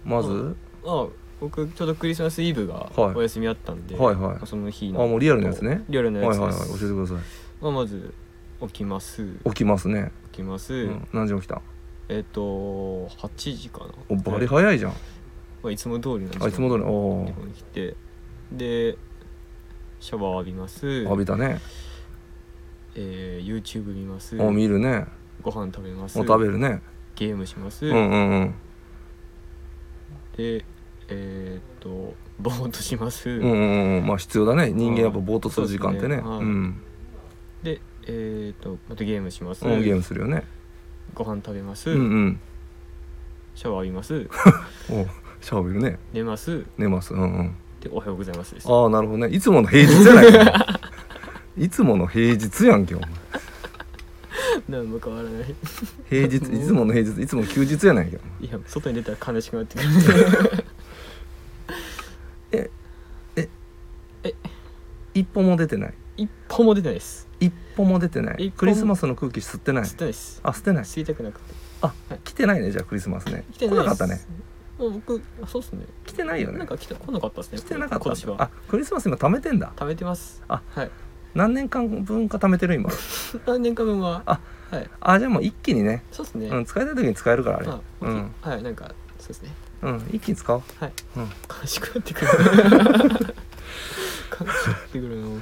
Speaker 1: まず
Speaker 2: あ僕ちょうどクリスマスイブが
Speaker 1: はい
Speaker 2: お休みあったんで、
Speaker 1: はいはい
Speaker 2: まあその日
Speaker 1: あ
Speaker 2: の
Speaker 1: もうリアルなやつね
Speaker 2: リアルな
Speaker 1: はい
Speaker 2: や
Speaker 1: は
Speaker 2: つ
Speaker 1: い
Speaker 2: で
Speaker 1: はい
Speaker 2: す、
Speaker 1: 教えてください
Speaker 2: まあ、まず起きます
Speaker 1: 起きますね、
Speaker 2: 起きます、
Speaker 1: うん、何時に起きた
Speaker 2: えっ、と8時かな
Speaker 1: おバリ早いじゃん
Speaker 2: まあ、いつも通りなんです
Speaker 1: あいつも通りお
Speaker 2: 日
Speaker 1: ー
Speaker 2: 本に来てでシャワー浴びます
Speaker 1: 浴びたね
Speaker 2: えー、YouTube 見ます
Speaker 1: お見るね
Speaker 2: ご飯食べます
Speaker 1: お食べるね
Speaker 2: ゲームします、
Speaker 1: うんうんうん
Speaker 2: でえー、っとぼーっとします、
Speaker 1: うんうんうんまあ必要だね人間やっぱぼーっとする時間ってね
Speaker 2: そうですねは
Speaker 1: う
Speaker 2: い
Speaker 1: ん
Speaker 2: でえー、っとまたゲームします、
Speaker 1: うんゲームするよね
Speaker 2: ご飯食べます、
Speaker 1: うんうん
Speaker 2: シャワー浴び ます
Speaker 1: おシャワー浴びるね
Speaker 2: 寝ます
Speaker 1: 寝ますうんうん
Speaker 2: でおはようございますです
Speaker 1: ああなるほどねいつ もの平日じゃないかいつもの平日やんけお前
Speaker 2: 何も変わらない
Speaker 1: 平日いつもの平日いつも休日やないけど
Speaker 2: いや外に出たら悲しくなってくる
Speaker 1: 一歩も出てない
Speaker 2: 一歩も出てないです
Speaker 1: 一歩も出てな
Speaker 2: 一
Speaker 1: い
Speaker 2: 歩も
Speaker 1: クリスマスの空気吸ってない
Speaker 2: 吸ってないです
Speaker 1: あ吸ってない
Speaker 2: 吸いたくなくて
Speaker 1: 来てないねじゃあクリスマスね
Speaker 2: 来
Speaker 1: 来
Speaker 2: てない
Speaker 1: な
Speaker 2: で
Speaker 1: かっ
Speaker 2: す
Speaker 1: たね
Speaker 2: もう僕そうっすね
Speaker 1: 来てないよ
Speaker 2: な
Speaker 1: ね
Speaker 2: んか来て来なかったですね
Speaker 1: 来てなかっ
Speaker 2: 今年
Speaker 1: たんだ
Speaker 2: は
Speaker 1: あクリスマス今貯めてんだ
Speaker 2: 貯めてます
Speaker 1: あ
Speaker 2: はい
Speaker 1: 何年間分か貯めてる今
Speaker 2: 何年か分は
Speaker 1: あ
Speaker 2: はい
Speaker 1: あじゃあもう一気にね、
Speaker 2: そうっすね
Speaker 1: うん、使いたい時に使えるからあれ
Speaker 2: まあ、
Speaker 1: うん
Speaker 2: はいなんかそうですね
Speaker 1: うん一気に使おう
Speaker 2: はい
Speaker 1: うん
Speaker 2: 悲しくなっ てくる悲しくなってくるの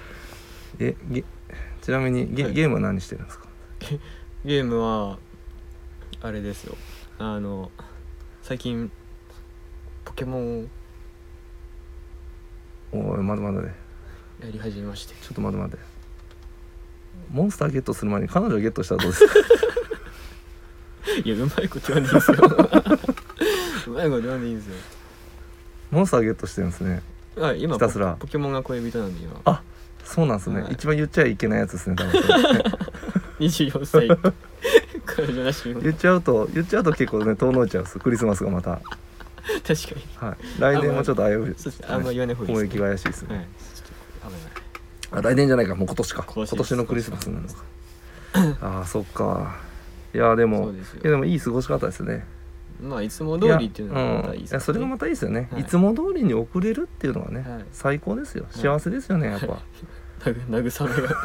Speaker 1: えゲちなみにゲ,、
Speaker 2: はい
Speaker 1: ゲームは何してるんですか
Speaker 2: ゲームはあれですよあの最近ポケモンを
Speaker 1: おいまだまだで
Speaker 2: やり始めまして
Speaker 1: ちょっと待って待ってモンスターゲットする前に彼女をゲットしたらどうですか
Speaker 2: いやうまいこと言わんでいいです ようまいこと言わんでいいんですよ
Speaker 1: モンスターゲットしてるんですね
Speaker 2: はい今
Speaker 1: ひたすら
Speaker 2: ポポケモンが恋人なんで今
Speaker 1: あそうなんですね、
Speaker 2: はい
Speaker 1: 一番言っちゃいけないやつですね多分それね
Speaker 2: 24歳 彼女なし今
Speaker 1: 言っちゃうと言っちゃうと結構ね遠のいちゃうんですクリスマスがまた
Speaker 2: 確かに
Speaker 1: はい来年もちょっと危うい
Speaker 2: そうですねあんま言わない方がい
Speaker 1: 攻
Speaker 2: いです
Speaker 1: 撃
Speaker 2: ね
Speaker 1: が怪しいですね、
Speaker 2: はいちょっと危ない
Speaker 1: あ来年じゃないかもう今年か
Speaker 2: 今
Speaker 1: 今
Speaker 2: 年で
Speaker 1: 年
Speaker 2: す
Speaker 1: のクリスマスなのかああそっかいやで
Speaker 2: そ
Speaker 1: も
Speaker 2: うですよ
Speaker 1: いやでもいい過ごし方ですね
Speaker 2: まあいつも通りっていうのがまたいいです
Speaker 1: やうんいやそれ がまたいいですよね、
Speaker 2: はい
Speaker 1: い、つも通りに送れるっていうのはね、
Speaker 2: はい
Speaker 1: 最高ですよ
Speaker 2: い
Speaker 1: 幸せですよね、やっぱ
Speaker 2: た慰 めが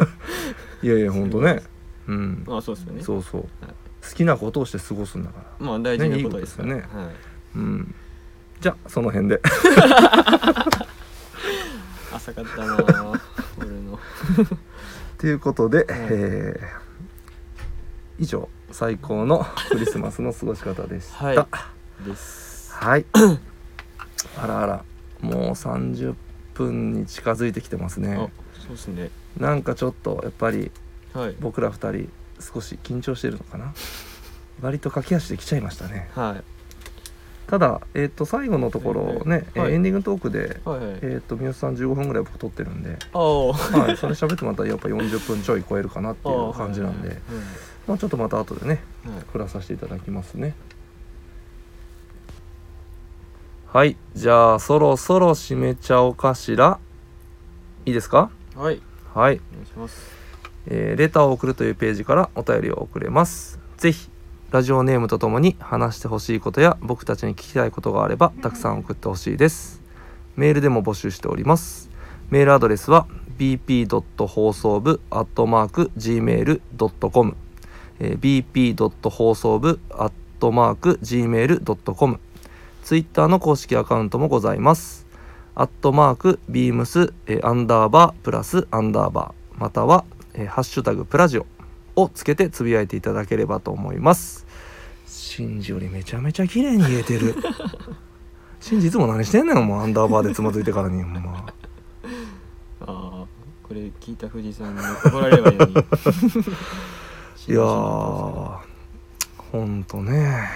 Speaker 1: いやいや本当ねうん、
Speaker 2: まあそうですよね
Speaker 1: そうそう、
Speaker 2: はい
Speaker 1: 好きなことをして過ごすんだから
Speaker 2: まあ大事なことですから
Speaker 1: ねいい
Speaker 2: は
Speaker 1: こう
Speaker 2: い、
Speaker 1: んじゃあその辺で
Speaker 2: 浅かったなぁ 俺の
Speaker 1: ということで、えー以上最高 のクリスマスの過ごし方でした
Speaker 2: はいです
Speaker 1: はい あらあらもう30分に近づいてきてます
Speaker 2: あ
Speaker 1: ね
Speaker 2: そうですね
Speaker 1: なんかちょっとやっぱり
Speaker 2: はい
Speaker 1: 僕ら2人少し緊張してるのかな割と駆け足で来ちゃいましたね
Speaker 2: はい
Speaker 1: ただ、えっと最後のところね、えー
Speaker 2: はい
Speaker 1: エンディングトークで、
Speaker 2: はいはい
Speaker 1: えっと三好さん15分ぐらい僕撮ってるんで、
Speaker 2: あー
Speaker 1: はい、それ喋ってまたやっぱ40分ちょい超えるかなって
Speaker 2: あ
Speaker 1: いう
Speaker 2: ー
Speaker 1: 感じなん
Speaker 2: は
Speaker 1: で
Speaker 2: い、
Speaker 1: まあ、ちょっとまた後でね
Speaker 2: はいはい
Speaker 1: 振らさせていただきますねはいじゃあそろそろ締めちゃおうかしらいいですか
Speaker 2: はい、は
Speaker 1: は
Speaker 2: い、
Speaker 1: い、
Speaker 2: お願いします
Speaker 1: えーレターを送るというページからお便りを送れますぜひラジオネームとともに話してほしいことや僕たちに聞きたいことがあればたくさん送ってほしいですメールでも募集しておりますメールアドレスは bp. 放送部 .gmail.com bp. 放送部 .gmail.com ツイッターの公式アカウントもございますアットマークビームスアンダーバープラスアンダーバーまたは、えーハッシュタグプラジオをつけてつぶやいていただければと思いますシンジよりめちゃめちゃ綺麗に言えてるシンジいつも何してんねんもうアンダーバーでつまずいてからにほんま
Speaker 2: ああこれ聞いた藤井さんに怒られればいい のに
Speaker 1: いやーほんとね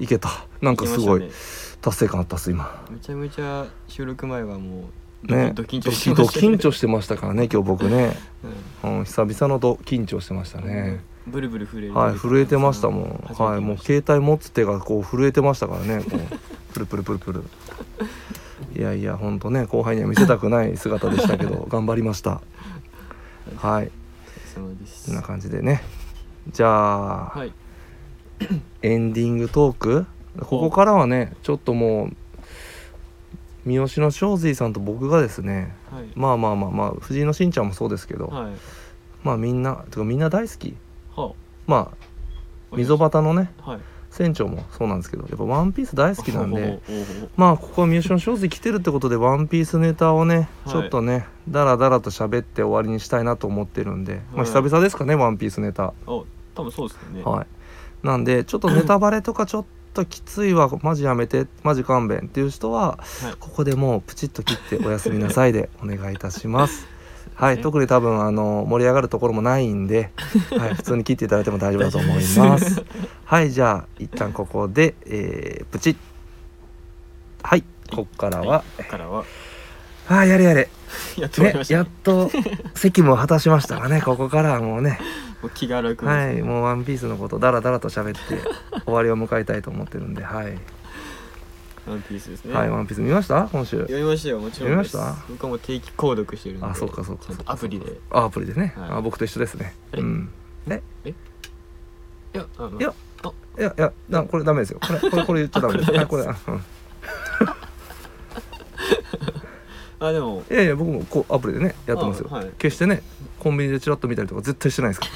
Speaker 1: いけたなんかすごい
Speaker 2: 行きまし
Speaker 1: 達成感あったっす今
Speaker 2: たねめちゃめちゃ収録前はもう
Speaker 1: ね
Speaker 2: ドキドキ緊
Speaker 1: ド
Speaker 2: 張して
Speaker 1: キド
Speaker 2: ましたね
Speaker 1: 緊張してましたからね今日僕ね、
Speaker 2: うん
Speaker 1: うん、久々のド緊張してましたね、
Speaker 2: ブルブル震える
Speaker 1: はい震えてましたもん
Speaker 2: 初めて
Speaker 1: はいもう携帯持つ手がこう震えてましたからねこうプルプルプルプルいやいやほんとね後輩には見せたくない姿でしたけ ど頑張りましたはい
Speaker 2: そうです
Speaker 1: こんな感じでねじゃあ、
Speaker 2: はい
Speaker 1: エンディングトークここからはねちょっともう三好の正髄さんと僕がですね
Speaker 2: はい
Speaker 1: まあまあまあまあ藤井のしんちゃんもそうですけど、
Speaker 2: はい
Speaker 1: まあみんなてかみんな大好き
Speaker 2: は
Speaker 1: ま
Speaker 2: あ
Speaker 1: あ溝端のね
Speaker 2: はい
Speaker 1: 船長もそうなんですけどやっぱ「ワンピース大好きなんで
Speaker 2: おおおお
Speaker 1: まあここは三好の正髄来てるってことで「ワンピースネタをね
Speaker 2: はい
Speaker 1: ちょっとねダラダラと喋って終わりにしたいなと思ってるんで、まあ
Speaker 2: はい
Speaker 1: 久々ですかね「ワンピースネタ
Speaker 2: お多分そうですよね。
Speaker 1: はい、なんでちょっとネタバレとかちょっときついわマジやめてマジ勘弁っていう人は、
Speaker 2: はい
Speaker 1: ここでもうプチッと切っておやすみなさい でお願いいたします。は
Speaker 2: ね
Speaker 1: い、特に多分あの盛り上がるところもないんで、はい、普通に切っていただいても大丈夫だと思い
Speaker 2: 大丈夫
Speaker 1: ま。
Speaker 2: です
Speaker 1: はい、じゃあ一旦ここで、えープチッはい、ここからは、
Speaker 2: ここからは
Speaker 1: ああやれやれ、
Speaker 2: やってまい
Speaker 1: ね
Speaker 2: りまし、た、
Speaker 1: や
Speaker 2: ね
Speaker 1: っと責務を果たしましたがね ここからはもうね
Speaker 2: もう気が楽です、
Speaker 1: はいもう「ワンピースのことだらだらと喋 って終わりを迎えたいと思ってるんではい
Speaker 2: ワンピースで
Speaker 1: 「
Speaker 2: すね、
Speaker 1: はい、ワンピース見ました今週
Speaker 2: 読みましたよもちろんです
Speaker 1: 読みました
Speaker 2: 僕はもう定期購読してるんで
Speaker 1: あそうかそうか
Speaker 2: ちゃんとアプリで
Speaker 1: あアプリでね、
Speaker 2: はい
Speaker 1: あ僕と一緒ですね
Speaker 2: え
Speaker 1: うんね
Speaker 2: いやあの
Speaker 1: いやいやいやなこれダメですよこれこれこれ言っちゃダメですあこれあうん
Speaker 2: あでも
Speaker 1: いやいや僕もこうアプリでねやってますよ、
Speaker 2: あはい
Speaker 1: 決してねコンビニでチラッと見たりとか絶対してないですか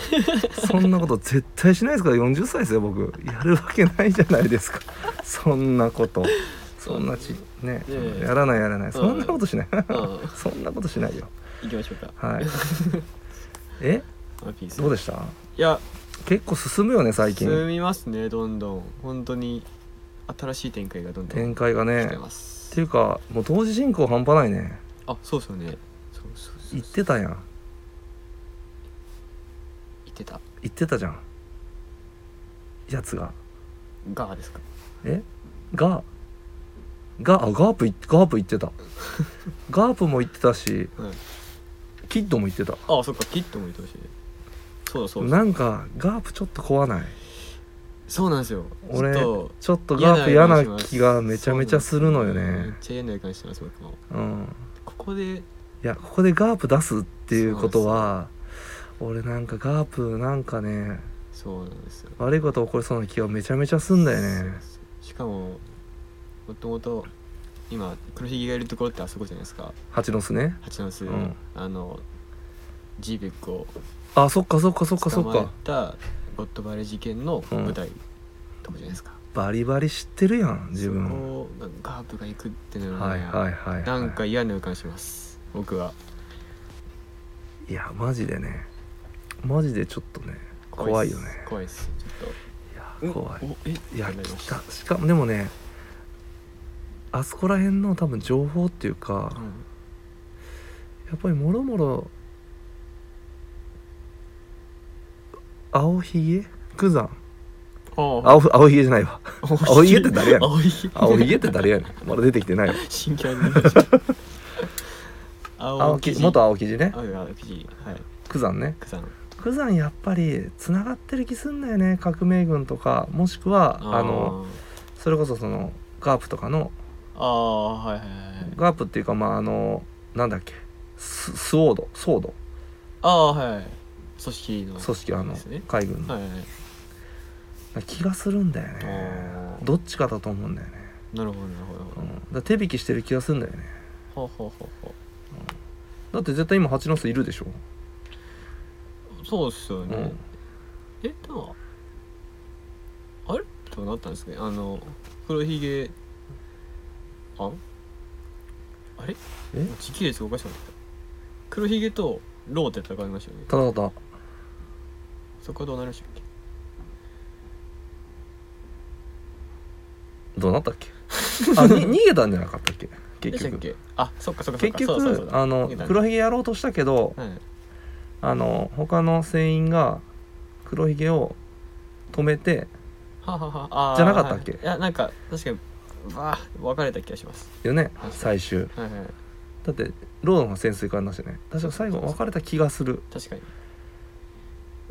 Speaker 1: ら そんなこと絶対しないですから40歳ですよ僕やるわけないじゃないです かそんなことそんなちね
Speaker 2: いやいや
Speaker 1: やらないやらないそんなことしない
Speaker 2: あ
Speaker 1: そんなことしないよ
Speaker 2: 行きましょうか
Speaker 1: はいえ
Speaker 2: ワンピース
Speaker 1: どうでした
Speaker 2: いや
Speaker 1: 結構進むよね最
Speaker 2: 進
Speaker 1: 近
Speaker 2: みますねどんどん本当に新しい展開がどんどん
Speaker 1: 展開が
Speaker 2: 来
Speaker 1: ね
Speaker 2: てま
Speaker 1: っ
Speaker 2: す、
Speaker 1: ていうかもう同時進行半端ないね
Speaker 2: あそうそうねそうそうそう
Speaker 1: 言ってたやん
Speaker 2: 言ってた
Speaker 1: 言ってたじゃんやつが
Speaker 2: ガーですか
Speaker 1: えががあガープいガープ行って たガープも行ってたし
Speaker 2: はい
Speaker 1: キッドも行ってた
Speaker 2: あそっかキットも言ってほしいそうだそうだ
Speaker 1: なんかガープちょっと怖ない
Speaker 2: そうなんですよ
Speaker 1: 俺
Speaker 2: ちょっと
Speaker 1: ちょっとガープ嫌な気がめちゃめちゃするのよ
Speaker 2: そうなんですめ
Speaker 1: ね
Speaker 2: っちゃ嫌な予感してます僕も
Speaker 1: うん
Speaker 2: ここで
Speaker 1: いやここでガープ出すっていうことは俺なんかガープなんかね
Speaker 2: そうなんですよ
Speaker 1: 悪いこと起こりそうな気がめちゃめちゃすんだよ
Speaker 2: そう
Speaker 1: ね
Speaker 2: そうしかももともと今黒ひげがいるところってあそこじゃないですか
Speaker 1: 蜂の巣ね
Speaker 2: 八の巣、
Speaker 1: うん
Speaker 2: あのジーベックを
Speaker 1: あそっかそっかそっかそ
Speaker 2: 捕
Speaker 1: っ
Speaker 2: まえ
Speaker 1: か
Speaker 2: たゴッドバレ事件の舞台とかじゃないですか、
Speaker 1: バリバリ知ってるやん自
Speaker 2: そ
Speaker 1: 分
Speaker 2: こがガープが行くっていうのは
Speaker 1: はい
Speaker 2: ね、
Speaker 1: はいはい、はい、
Speaker 2: なんか嫌な予感します僕はい
Speaker 1: やマジでねマジでちょっとね怖いよね
Speaker 2: 怖いっす怖いっす
Speaker 1: いや
Speaker 2: ちょっと
Speaker 1: 怖い
Speaker 2: おえ
Speaker 1: いや
Speaker 2: ってなりま
Speaker 1: 来
Speaker 2: した
Speaker 1: しかもでもねあそこら辺の多分情報っていうか
Speaker 2: た、うん
Speaker 1: やっぱりもろもろ青ひげ九山
Speaker 2: ああ
Speaker 1: 青青ひげじゃない わ青ひげって誰やねん
Speaker 2: 青ひげ
Speaker 1: 青ひげって誰やねんまだ出てきてないわ
Speaker 2: 新キャラになっちゃった
Speaker 1: 青
Speaker 2: 青
Speaker 1: 木
Speaker 2: 木
Speaker 1: 元 青木じね
Speaker 2: 青い青木はい
Speaker 1: 九山ね
Speaker 2: 草の
Speaker 1: 九山やっぱりつながってる気すんだよね革命軍とかもしくはあのそれこそそのガープとかの
Speaker 2: ああはいはいはい
Speaker 1: ガープっていうかまああのなんだっけススウォードソード
Speaker 2: ああはい組織の
Speaker 1: 組織あの
Speaker 2: ですね
Speaker 1: 海軍の
Speaker 2: はいはいはい
Speaker 1: 気がするんだよね
Speaker 2: あー
Speaker 1: どっちかだと思うんだよね、
Speaker 2: なるほどなるほど
Speaker 1: うん、だから手引きしてる気がするんだよね
Speaker 2: ほうほうほうほ
Speaker 1: だって絶対今蜂の巣いるでしょ、
Speaker 2: うそうっすよ
Speaker 1: う
Speaker 2: ね、
Speaker 1: ん、
Speaker 2: えでもあれとなったんですねあの黒ひげあんあれ
Speaker 1: え
Speaker 2: 時系列がおかしくなってきた黒ひげとローって戦いましたよね
Speaker 1: ただただ
Speaker 2: そこはどうなりましたっけ
Speaker 1: どうなったっけあに 逃げたんじゃなかったっけ
Speaker 2: でし
Speaker 1: 結
Speaker 2: たっ
Speaker 1: 局
Speaker 2: けあそっかそっかそっ
Speaker 1: 結
Speaker 2: か
Speaker 1: 局
Speaker 2: そうだそうだそうだ
Speaker 1: あの
Speaker 2: 逃げたね
Speaker 1: 黒ひげやろうとしたけど
Speaker 2: はい
Speaker 1: あの他の船員が黒ひげを止めて
Speaker 2: はははあー
Speaker 1: じゃなかったっけ
Speaker 2: はいいやなんか確かにわあ分かれた気がします
Speaker 1: よね
Speaker 2: はい
Speaker 1: 最終
Speaker 2: はいはい
Speaker 1: だってロードンが潜水艦なしね確か最後別れた気がする
Speaker 2: 確かに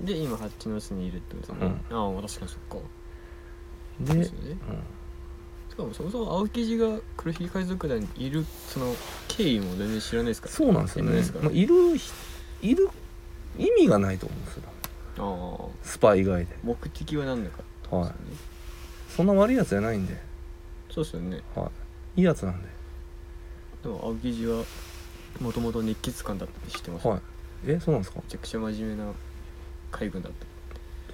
Speaker 2: で今ハッチの巣にいるってことですね、ああ確かにそっか
Speaker 1: で、
Speaker 2: そう
Speaker 1: う
Speaker 2: で
Speaker 1: ん
Speaker 2: すよねしかもそもそも青木地が黒ひげ海賊団にいるその経緯も全然知らないですから
Speaker 1: そうなんですよ
Speaker 2: いな
Speaker 1: ね
Speaker 2: いですから
Speaker 1: まあ、いるひいる意味がないと思うんですよ
Speaker 2: ああ
Speaker 1: スパイ以外で、
Speaker 2: 目的は何だかってこと
Speaker 1: は
Speaker 2: で
Speaker 1: い
Speaker 2: すよね、、
Speaker 1: そんな悪いやつじゃないんで、
Speaker 2: そうですよね
Speaker 1: はい、いいやつなんで、
Speaker 2: でも青木地はもともと熱血感だって知ってます、
Speaker 1: はい、えそうなんですか
Speaker 2: めちゃくちゃ真面目な海軍だった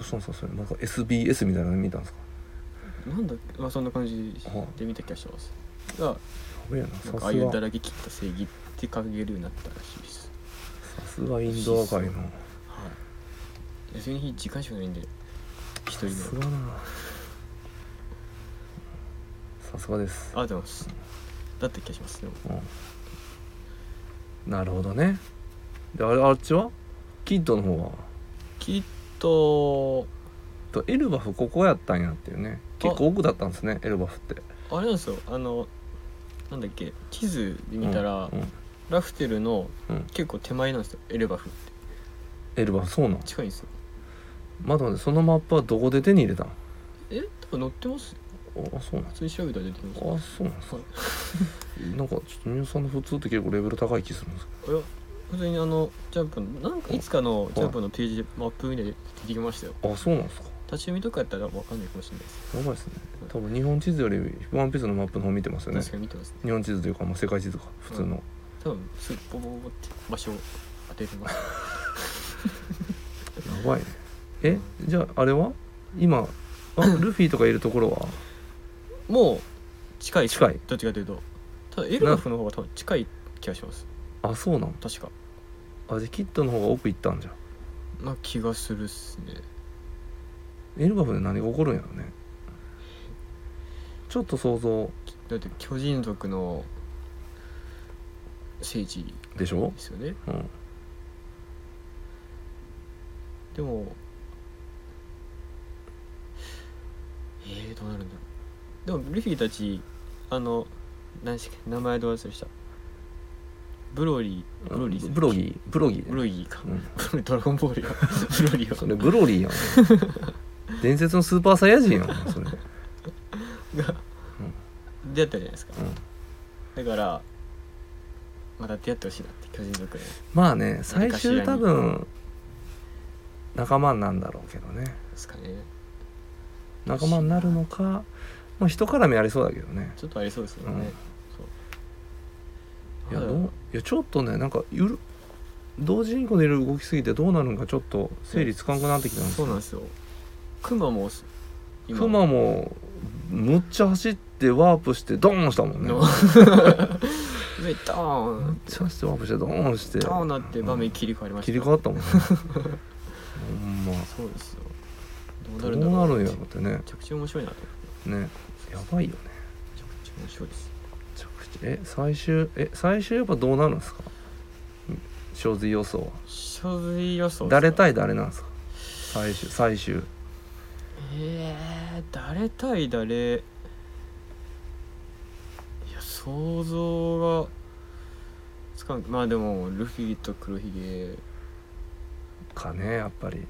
Speaker 1: どうしたんですかそれなんか SBS みたいなの見たんですか
Speaker 2: なんだっけまあそんな感じ
Speaker 1: はい
Speaker 2: で見た気がしますが
Speaker 1: やべえな
Speaker 2: なんかあ
Speaker 1: さ
Speaker 2: あ
Speaker 1: す
Speaker 2: いうだ
Speaker 1: が
Speaker 2: らけ切った正義って掲げるようになったらしいです
Speaker 1: さすがインドア界の
Speaker 2: はい休みの日時間しかないんで一人
Speaker 1: さす
Speaker 2: の
Speaker 1: がなさすがです、
Speaker 2: ありがとうございますだった気がしますでも
Speaker 1: うん、なるほどねであれあっちはキッドの方は
Speaker 2: きっと
Speaker 1: とエルバフここやったんやっていうね結構奥だったんですねエルバフって
Speaker 2: あれなんですよあのなんだっけ地図で見たら、
Speaker 1: うんうん
Speaker 2: ラフテルの
Speaker 1: うん
Speaker 2: 結構手前なんですよエルバフって
Speaker 1: エルバそうなん
Speaker 2: 近いんですよ
Speaker 1: まだねそのマップはどこで手に入れたの
Speaker 2: え多分乗ってます
Speaker 1: あそうなん
Speaker 2: 普通に調べたら出てきます
Speaker 1: あそうなんですか なんかちょっとみゆさんの普通って結構レベル高い気するんですけ
Speaker 2: いや普通にあのジャンプのなんかいつかのジャンプのページでマップ見て出てきましたよ
Speaker 1: どあそうなんですか
Speaker 2: 立ち読みとかやったらわかんないかもしれないです
Speaker 1: やばいですね多分日本地図よりワンピースのマップの方見てますよね
Speaker 2: 確かに見てますね
Speaker 1: 日本地図というか、まあ、世界地図か普通の、
Speaker 2: 多分すぐボボボボって場所を当ててます
Speaker 1: やばいねえじゃああれは今あルフィとかいるところは
Speaker 2: もう近いっす
Speaker 1: 近い
Speaker 2: どっちかというとただエルバフの方が多分近い気がします
Speaker 1: あそうなの
Speaker 2: 確か
Speaker 1: あじゃあキッドの方が奥行ったんじゃん
Speaker 2: な気がするっすね
Speaker 1: エルバフで何が起こるんやろねちょっと想像
Speaker 2: だって巨人族の聖地
Speaker 1: でしょ
Speaker 2: で、すよね
Speaker 1: うん、
Speaker 2: でもえー、どうなるんだろうでもルフィたちあの何でしたっけ名前どう忘れしたブロリーブロリー
Speaker 1: ブロギーブロギー
Speaker 2: ブロギーか
Speaker 1: うん
Speaker 2: ブロドラゴンボールやブロリ
Speaker 1: そ
Speaker 2: ー
Speaker 1: れブロ リーやん伝説のスーパーサイヤ人やんそれ
Speaker 2: が出会ったじゃないですか、だからまた出会ってほしいなって巨人族で
Speaker 1: まあね最終多分仲間になんだろうけどね
Speaker 2: すかね
Speaker 1: 仲間になるのかもう人絡みありそうだけどね
Speaker 2: ちょっとありそうですよね、
Speaker 1: うんい
Speaker 2: そう
Speaker 1: や
Speaker 2: まだ
Speaker 1: どういやちょっとねなんかゆる同時にこのいろいろ動きすぎてどうなるんかちょっと整理つかんくなってきたんです
Speaker 2: そうなんですよクマも今
Speaker 1: クマもむっちゃ走ってワープしてドーンしたもん ね
Speaker 2: の
Speaker 1: むっ
Speaker 2: 上ドーン
Speaker 1: ちゃ走ってワープしてドーンして
Speaker 2: ドーンなって場面切り替わりました
Speaker 1: 切り替わった もんねほんま
Speaker 2: そうですよ
Speaker 1: ど
Speaker 2: どうなる
Speaker 1: うん
Speaker 2: だろ
Speaker 1: な
Speaker 2: う
Speaker 1: るんやろ
Speaker 2: め
Speaker 1: ってね
Speaker 2: ちゃくちゃ面白いなと思って
Speaker 1: ねやばいよね
Speaker 2: めちゃくちゃ面白いです
Speaker 1: めちゃくちゃえ最終え最終やっぱどうなるんですか勝水予想は
Speaker 2: 書類予想
Speaker 1: 誰対誰なんですか最終最終
Speaker 2: えー、誰対誰いや想像がつかんまあでもルフィと黒ひげ
Speaker 1: かねやっぱり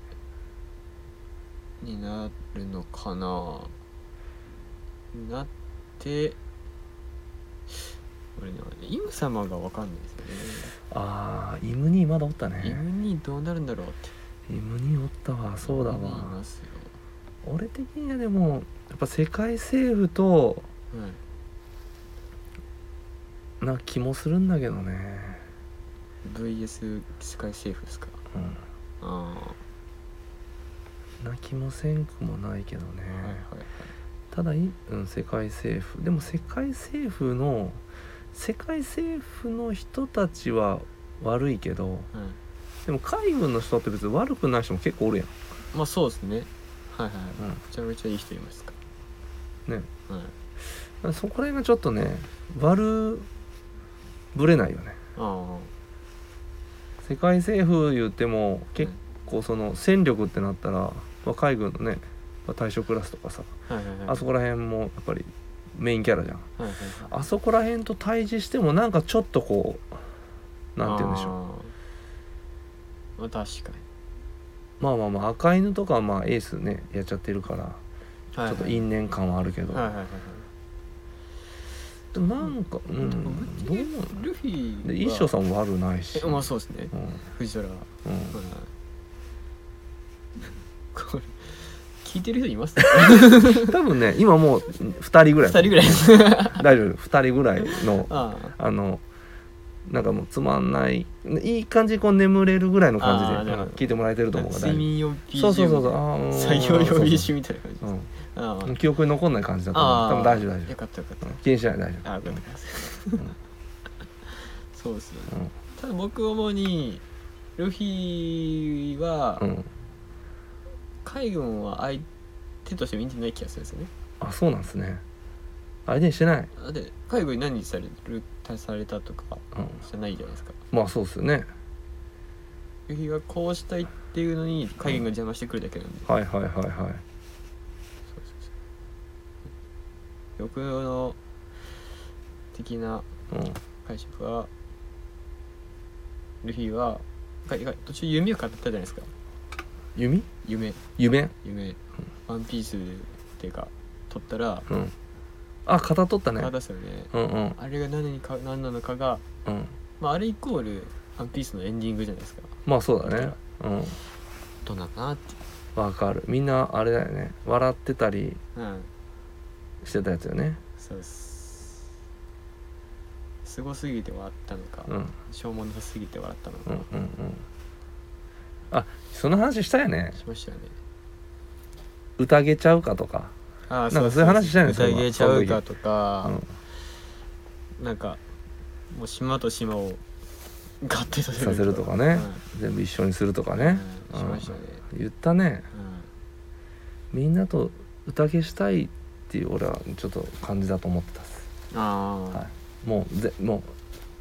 Speaker 2: になるのかななって俺ねイム様がわかんないです
Speaker 1: あーイムニーまだおった
Speaker 2: よねイ
Speaker 1: ね
Speaker 2: ムにどうなるんだろうって
Speaker 1: イムニーおったわそうだ
Speaker 2: イムニい
Speaker 1: わ
Speaker 2: ますよ
Speaker 1: 俺的にはでもやっぱ世界政府と
Speaker 2: はい
Speaker 1: な気もするんだけどね
Speaker 2: VS 世界政府ですか
Speaker 1: うん
Speaker 2: あ
Speaker 1: な気もせんくもないけどね、
Speaker 2: あ、はいはいはい
Speaker 1: ただい、うん、世界政府でも世界政府の世界政府の人たちは悪いけど
Speaker 2: はい
Speaker 1: でも海軍の人って別に悪くない人も結構おるやん、
Speaker 2: まあそうですねはいはい、
Speaker 1: うん
Speaker 2: めちゃめちゃいい人いますか
Speaker 1: ね
Speaker 2: らはい
Speaker 1: だからそこら辺がちょっとね悪ぶれないよね
Speaker 2: あ
Speaker 1: 世界政府言っても
Speaker 2: あ
Speaker 1: 結構その戦力ってなったら、まあ、海軍のね、まあ、大将クラスとかさ
Speaker 2: はいはいはい
Speaker 1: あそこら辺もやっぱりメインキャラじゃん
Speaker 2: はいはいはい
Speaker 1: あそこら辺と対峙してもなんかちょっとこうなんて言うんでしょう
Speaker 2: あーまあ確かに
Speaker 1: まあまあまあ赤犬とかはまあエースねやっちゃってるからちょっと因縁感はあるけど、
Speaker 2: はいはいはいはい
Speaker 1: でもなんかうん、どう
Speaker 2: ぶっちゃけルフィ
Speaker 1: で一生
Speaker 2: ん
Speaker 1: さんも悪ないし
Speaker 2: えまあそうですね
Speaker 1: うんうん
Speaker 2: 藤原は、はいこれ聞いてる人 います
Speaker 1: 多分ね今もう2人ぐらい
Speaker 2: 二 人ぐらいあ
Speaker 1: 大丈夫2人ぐらいの
Speaker 2: あ
Speaker 1: あのなんかもうつまんないいい感じにこう眠れるぐらいの感じ
Speaker 2: あー
Speaker 1: でう
Speaker 2: なるほ
Speaker 1: ん
Speaker 2: ど
Speaker 1: 聞いてもらえてると思うから大
Speaker 2: 睡
Speaker 1: 丈
Speaker 2: 眠用 BGM
Speaker 1: 夫そうそうそうそうあーうん
Speaker 2: 作業用 BGM みたいな感じ
Speaker 1: そうそう
Speaker 2: あ
Speaker 1: うん記憶に残んない感じだと思
Speaker 2: あ
Speaker 1: う
Speaker 2: あ
Speaker 1: 多分大丈夫大丈
Speaker 2: よかったよかっ
Speaker 1: 夫うん気にしない大丈
Speaker 2: たああよか
Speaker 1: 夫
Speaker 2: ったです
Speaker 1: うん
Speaker 2: そうですよね
Speaker 1: うん
Speaker 2: ただ僕主にルフィは
Speaker 1: うんうん
Speaker 2: 海軍は相手として見てない気がするんですよね
Speaker 1: あそうなんですね相手にしてない
Speaker 2: だって海軍に何されるされたとか
Speaker 1: うん
Speaker 2: じゃないじゃないですか
Speaker 1: まあそうっすよね
Speaker 2: ルフィがこうしたいっていうのに海軍が邪魔してくるだけなんで、
Speaker 1: はいはいはいはい
Speaker 2: そうそうそう欲の的な
Speaker 1: うん
Speaker 2: 解釈はルフィはかか途中弓を買ったじゃないですか
Speaker 1: 弓
Speaker 2: 夢
Speaker 1: 夢
Speaker 2: 夢ワンピースっていうか取ったら
Speaker 1: うんあ肩取ったね
Speaker 2: 体出すよね
Speaker 1: うんうん
Speaker 2: あれが何にか何なのかが、
Speaker 1: うん
Speaker 2: まあ、あれイコールワンピースのエンディングじゃないですか
Speaker 1: まあそうだねうん
Speaker 2: どうなのかなって
Speaker 1: わかるみんなあれだよね笑ってたり
Speaker 2: うん
Speaker 1: してたやつよね
Speaker 2: そうですすごすぎて笑ったのか、
Speaker 1: うんうん
Speaker 2: しょうもなさすぎて笑ったの
Speaker 1: う
Speaker 2: か、
Speaker 1: んうんあその話したよね
Speaker 2: しましたよね
Speaker 1: 宴ちゃうかとか
Speaker 2: ああ
Speaker 1: なんかそういう話したよねそれは
Speaker 2: 宴ちゃうかと
Speaker 1: う
Speaker 2: か
Speaker 1: ん、
Speaker 2: なんかもう島と島を合体させる
Speaker 1: させるとかね全部一緒にするとか
Speaker 2: うん
Speaker 1: ね
Speaker 2: うんしましたね、
Speaker 1: 言ったね
Speaker 2: うん
Speaker 1: みんなと宴したいっていう俺はちょっと感じだと思ってたっす
Speaker 2: あ
Speaker 1: もうぜも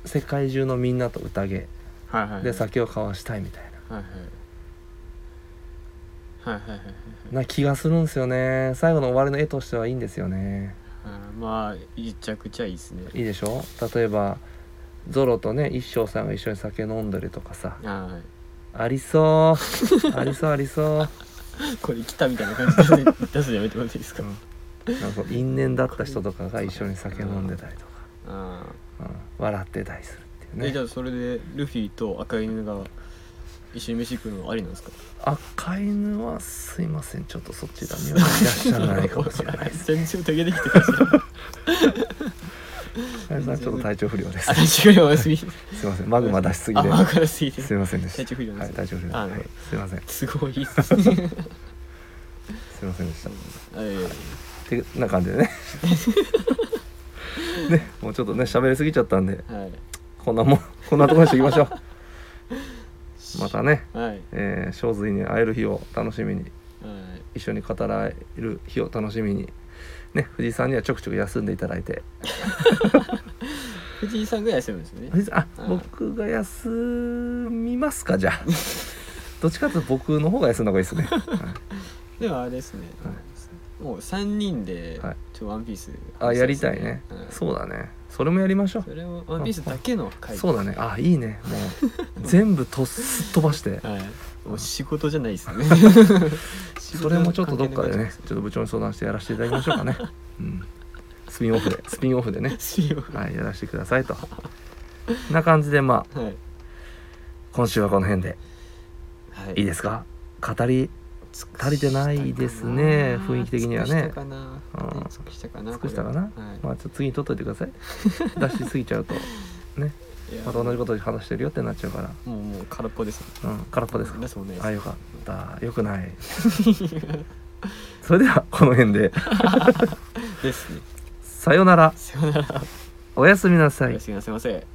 Speaker 1: う世界中のみんなと宴
Speaker 2: あ、はい、はいはい
Speaker 1: で酒を交わしたいみたい
Speaker 2: はいはいはいはいはいはい
Speaker 1: なな気がするんですよね最後の終わりの絵としてはいいんですよね
Speaker 2: あーまあ一着ちゃいいですね
Speaker 1: いいでしょ例えばゾロとね一生さんが一緒に酒飲んだりとかさ
Speaker 2: あーは
Speaker 1: ありそうありそうありそう
Speaker 2: いこれ来たみたいな感じで出す出すのやめてもらっていいですか、
Speaker 1: なんか因縁だった人とかが一緒に酒飲んでたりとか、
Speaker 2: あ
Speaker 1: うん、笑ってたりするって
Speaker 2: あ、
Speaker 1: いう
Speaker 2: えじ
Speaker 1: ね
Speaker 2: ゃあそれでルフィと赤犬が一緒に飯食うのありなんですか
Speaker 1: 赤犬はすいませんちょっとそっちらにはいらっしゃらないかもしれないです
Speaker 2: 全然手げてきてますね
Speaker 1: 赤犬さんちょっと体調不良です
Speaker 2: あ違うよおやすみ
Speaker 1: すいませんマグマ出しすぎ
Speaker 2: あ
Speaker 1: で
Speaker 2: わからすぎて
Speaker 1: すいませんでした
Speaker 2: 体調不良な
Speaker 1: は
Speaker 2: ん
Speaker 1: い
Speaker 2: です
Speaker 1: 体調不
Speaker 2: ね
Speaker 1: 良です、
Speaker 2: あ
Speaker 1: は
Speaker 2: なる
Speaker 1: い
Speaker 2: ほ、
Speaker 1: すいません
Speaker 2: すごいいいっすね
Speaker 1: すいませんでした
Speaker 2: え
Speaker 1: ってな感じでね ねもうちょっとね喋りすぎちゃったんで
Speaker 2: えはい
Speaker 1: こんなもんこんなところにしていきましょ うまたね
Speaker 2: はいはい
Speaker 1: えー、正髄に会える日を楽しみに一緒に語らえる日を楽しみにね藤井さんにはちょくちょく休んでいただいて
Speaker 2: 藤井さんぐらいするんですね
Speaker 1: 藤井さんあ
Speaker 2: うん
Speaker 1: 僕が休みますかじゃあ どっちかというと僕の方が休んだ方がいいですね、は
Speaker 2: ではあれですね、
Speaker 1: は
Speaker 2: もう三人で
Speaker 1: はい
Speaker 2: ちょワンピース、
Speaker 1: い、あやりたいね、
Speaker 2: うんそ
Speaker 1: そうだねそれもやりましょう
Speaker 2: れをワンピースだけの回
Speaker 1: そうだねあいいねも う全部とすっ飛ばして
Speaker 2: はいもう仕事じゃないです ね仕
Speaker 1: そ
Speaker 2: 事
Speaker 1: れ
Speaker 2: の
Speaker 1: もちょっとどっかで
Speaker 2: 関係なくな
Speaker 1: ね
Speaker 2: ちゃ
Speaker 1: ちょっと部長に相談してやらせていただきましょう かね、うん、スピンオフでスピンオフでね
Speaker 2: いますよ
Speaker 1: はいやらせてくださいとな感じでまあ
Speaker 2: はい
Speaker 1: 今週はこの辺で
Speaker 2: はい
Speaker 1: いいですか語り足りてないですね雰囲気的にはね
Speaker 2: 尽くしたかな
Speaker 1: うん
Speaker 2: 尽くしたかな
Speaker 1: 尽くしたかな
Speaker 2: これはい
Speaker 1: まあちょっと次に取っといてください出しすぎちゃうと
Speaker 2: いや
Speaker 1: また同じこと話してるよってなっちゃうか
Speaker 2: もうもう空っぽです
Speaker 1: らうん空っぽですか
Speaker 2: 出すもんないです
Speaker 1: あよかったよくない それではこの辺で
Speaker 2: ですね
Speaker 1: さようなら
Speaker 2: さよなら
Speaker 1: おやすみなさ
Speaker 2: お
Speaker 1: い
Speaker 2: やすみなさいませ